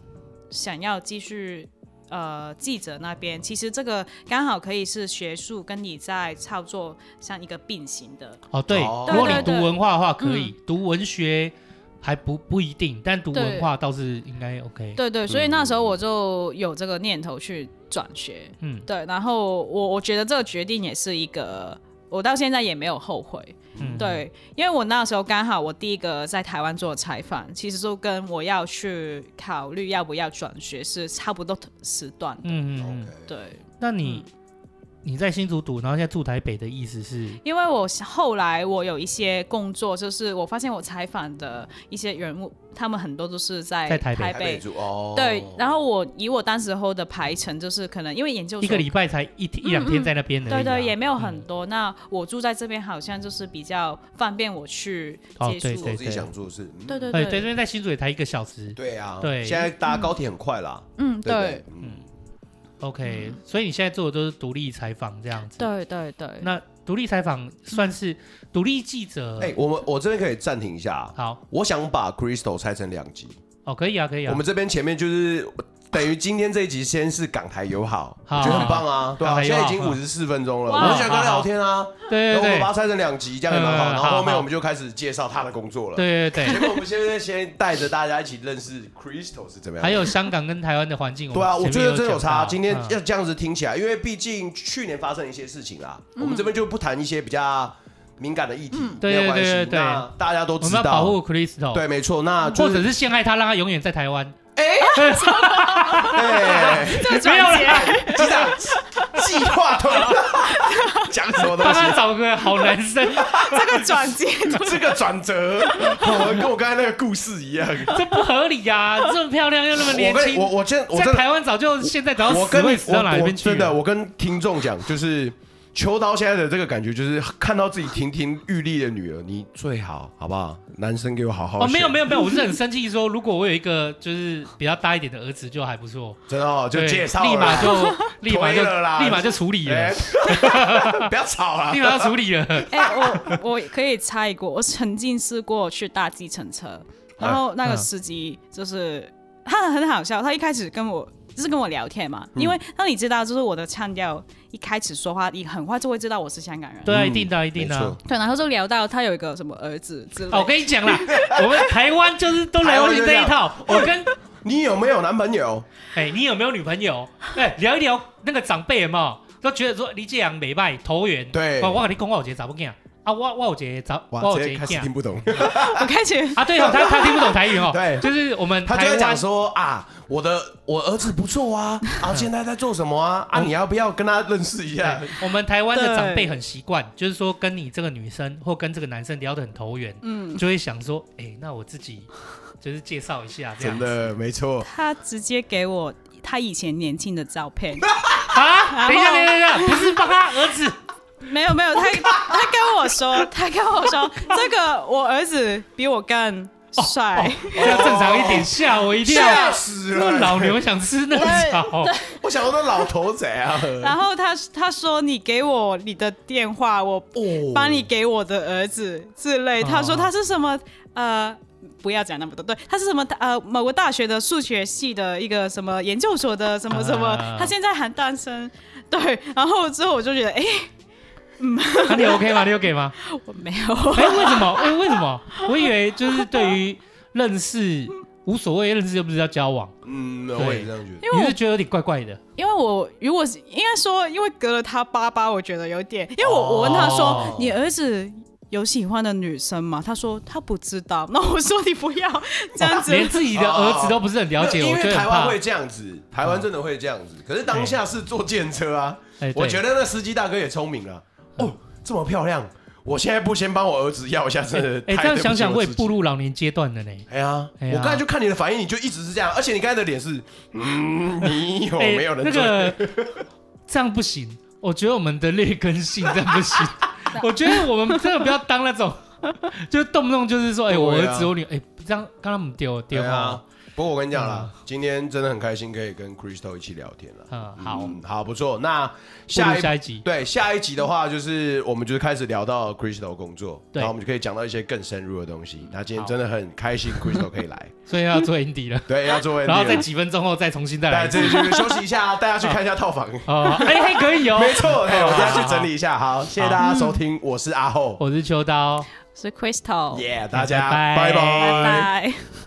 S3: 想要继续。呃，记者那边其实这个刚好可以是学术跟你在操作像一个并行的，
S1: 哦对，
S2: 哦
S1: 如果你
S3: 对嗯
S1: 读
S3: 对对
S1: 文化的话可以，读文学还不不一定，但读文化倒是应该 OK，
S3: 对对，所以那时候我就有这个念头去转学，
S1: 嗯
S3: 对，然后我我觉得这个决定也是一个，我到现在也没有后悔，
S1: 嗯，
S3: 对，因为我那时候刚好我第一个在台湾做的采访，其实就跟我要去考虑要不要转学是差不多时段的，
S1: 嗯嗯嗯
S2: OK，。
S3: 对，
S1: 那你、
S3: 嗯
S1: 你在新竹读，然后现在住台北的意思是，
S3: 因为我后来我有一些工作，就是我发现我采访的一些人物，他们很多都是在
S1: 在台北
S3: 台
S2: 台北
S3: 北
S2: 住哦，
S3: 对，然后我以我当时候的排程，就是可能因为研究所
S1: 一个礼拜才一天一两天在那边的、
S3: 嗯对对，也没有很多。
S1: 嗯
S3: 那我住在这边好像就是比较方便我去
S1: 哦
S3: 接触。
S2: 我自己想做的是，嗯
S3: 对对
S1: 哎对，
S3: 对
S1: 因为在新竹也才一个小时。
S2: 对啊，
S1: 对
S2: 现在搭高铁很快啦，
S3: 嗯
S2: 对不对
S3: 对，
S2: 嗯，
S1: OK，、所以你现在做的都是独立采访这样子。
S3: 嗯对对对，
S1: 那独立采访算是独立记者。
S2: 哎，我们我这边可以暂停一下啊，
S1: 好，
S2: 我想把 Crystal 拆成两集，
S1: 哦，可以啊，可以啊。
S2: 我们这边前面就是等于今天这一集先是港台友好，
S1: 好
S2: 我觉得很棒啊，对
S1: 港
S2: 啊，
S1: 台
S2: 现
S1: 友好
S2: 在已经五十四分钟了，
S3: 哇
S2: 我就想跟他聊天啊， 然
S1: 对
S2: 后我
S1: 对
S2: 们
S1: 对
S2: 把它拆成两集，这样也蛮
S1: 嗯
S2: 好，然后后面
S1: 好
S2: 我们就开始介绍他的工作了。
S1: 对对对
S2: 结果我们现在先带着大家一起认识 Crystal 是怎
S1: 对，
S2: 么 样
S1: 还
S2: 的。
S1: 有香港跟台湾的环境。
S2: 对啊，我
S1: 们
S2: 觉
S1: 前面
S2: 得真有
S1: 讲
S2: 差。
S1: 到
S2: 今天
S1: 嗯
S2: 要这样子听起来，因为毕竟去年发生一些事情啦，我们这边就不谈一些比较敏感的议题，没
S1: 对
S2: 有关
S1: 对对
S2: 系。
S1: 对
S2: 那大家都
S1: 我
S2: 知
S1: 们要保
S2: 道，
S1: 护 Crystal，
S2: 对，没错。那就
S1: 或
S2: 是
S1: 者是陷害他，让他永远在台 湾。
S2: 对，
S1: 没有啦，
S2: 机长计划通讲什么东
S1: 帮
S2: 西
S1: 他？找个好男生，
S3: 这个转接
S2: 这个转折，我跟我刚才那个故事一样。
S1: 这不合理呀、这么漂亮又那么
S2: 我
S1: 年
S2: 跟
S1: 轻，
S2: 我我真我
S1: 在
S2: 真的
S1: 台湾早就现在早
S2: 我
S1: 要死
S2: 跟你
S1: 会死到哪
S2: 我
S1: 里
S2: 我
S1: 边去啊
S2: 真的，
S1: 了
S2: 我跟听众讲，就是秋刀现在的这个感觉就是看到自己亭亭玉立的女儿，你最好好不好？男生给我好好
S1: 哦，没有没
S2: 有，
S1: 有没有，我是很生气，说如果我有一个就是比较大一点的儿子就还不错，
S2: 真的哦，就
S1: 对
S2: 介绍了
S1: 立马 就立马就
S2: 推了啦
S1: 立马就处理了
S2: 哎， 不要吵了
S1: 立。马就处 理了。
S3: 哎、我我可以猜过，我曾经试过去搭计程车，然
S1: 啊
S3: 后那个
S1: 嗯
S3: 司机就是、他很好笑，他一开始跟我就是跟我聊天嘛，因
S1: 嗯
S3: 为那你知道，就是我的腔调，一开始说话，你很快就会知道我是香港人。
S1: 对啊，
S2: 嗯
S1: 一定的啊，一定的
S2: 没
S1: 啊
S2: 错。
S3: 对，然后就聊到他有一个什么儿子之类
S1: 哦，我
S3: 的，
S1: 跟你讲啦，我们台湾就是都流行这一套。我跟
S2: 你有没有男朋友？
S1: 哎，你有没有女朋 友？哎，聊一聊那个长辈有没有都觉得说你这样美败投缘。
S2: 对
S1: 哦我跟你讲，我有一个查某囝，啊，我我有一个查，
S2: 哇，
S1: 我有
S2: 这
S1: 一个
S2: 开始
S1: 囝
S2: 听不懂。
S3: 我开始
S1: 啊，对哦，他他听不懂台语哦。
S2: 对
S1: 就是我们
S2: 他就
S1: 台
S2: 在
S1: 湾
S2: 讲说啊，我的我儿子不错啊， 啊，现在在做什么啊？啊，
S1: 嗯
S2: 你要不要跟他认识一下？
S1: 对，我们台湾的长辈
S3: 对
S1: 很习惯，就是说跟你这个女生或跟这个男生聊得很投缘，
S3: 嗯，
S1: 就会想说，哎、那我自己 就是介绍一下这样
S2: 真
S1: 子
S2: 的没错，
S3: 他直接给我他以前年轻的照 片，
S1: 啊！
S3: 然后
S1: 等一下，等一下，等一下，不是帮他儿子，
S2: 哦
S3: 没有没有，他他跟我说，他跟我 说，这个我儿子比我
S1: 哦
S3: 更帅。
S1: 这要正常一点，吓我一跳！
S2: 吓死
S1: 那
S2: 了！
S1: 老牛想吃嫩草，
S2: 我想说那老头贼啊，
S3: 然后他他说你给我你的电话，我
S2: 哦
S3: 帮你给我的儿子之类。
S1: 哦
S3: 他说他是什么呃，不要讲那么多，对，他是什么呃某个大学的数学系的一个什么研究所的什么什么
S1: 啊，
S3: 他现在还单身。对，然后之后我就觉得，哎，
S1: 那、啊你 OK 吗？你 OK 吗？
S3: 我没有，
S1: 哎、为什么？哎、为什么？我以为就是对于认识无所谓，认识又不是要交往，
S2: 嗯，我也这样觉得。
S3: 因为
S1: 你
S3: 我
S1: 是觉得有点怪怪的。
S3: 因为我如果是应该说，因为隔了他爸爸，我觉得有点，因为我、我问他
S1: 哦
S3: 说，你儿子有喜欢的女生吗？他说他不知道。那我说你不要这样子，
S1: 哦
S3: 哦
S1: 连自己的儿子都不是很了解，
S2: 因
S1: 我觉
S2: 为
S1: 得很
S2: 台湾
S1: 怕。嗯
S2: 会这样子，台湾真的会这样子。可是当下是坐电车啊，
S1: 哎嗯
S2: 我觉
S1: 得
S2: 得那司机大哥也聪明了。哦，这么漂亮，我现在不先帮我儿子要一下，真的
S1: 哎、 这样
S2: 太对不起
S1: 想想
S2: 我
S1: 会
S2: 自己
S1: 步入老年阶段的呢。
S2: 哎呀，
S1: 哎呀
S2: 我刚才就看你的反应，你就一直是这样，而且你刚才的脸是，嗯，你有
S1: 哎，
S2: 没有人
S1: 那
S2: 追？
S1: 个 这样不行，我觉得我们的劣根性这样不行。 我觉得我们真的不要当那种，就动不动就是说，哎、
S2: 对啊
S1: 我儿子我女，哎、这样刚他们丢
S2: 对
S1: 丢
S2: 啊
S1: 啊，。
S2: 不过我跟你讲啦，今天真的很开心，可以跟 Crystal 一起聊天了。
S1: 嗯，好，
S2: 嗯好，不错。那
S1: 下
S2: 下一
S1: 下一集，
S2: 对下一集的话，就是我们就是开始聊到 Crystal 工作，
S1: 对
S2: 然后我们就可以讲到一些更深入的东西。那今天
S1: 好
S2: 真的很开心，Crystal 可以来，
S1: 所以要做 Andy 了，
S2: 对，要做 Andy 了。
S1: 然后在几分钟后再重新再
S2: 大
S1: 来
S2: 家
S1: 一次。
S2: 哎这里就是休息一下，啊大家去看一下套房。
S1: 哦，哎、嘿可以哦。
S2: 没错，哎，我
S1: 好
S2: 大家去整理一下。好，谢谢大家收听，我是阿厚，
S1: 我是秋刀。
S3: 是 Crystal，
S2: 耶，大家
S1: 拜拜
S2: 拜
S3: 拜拜。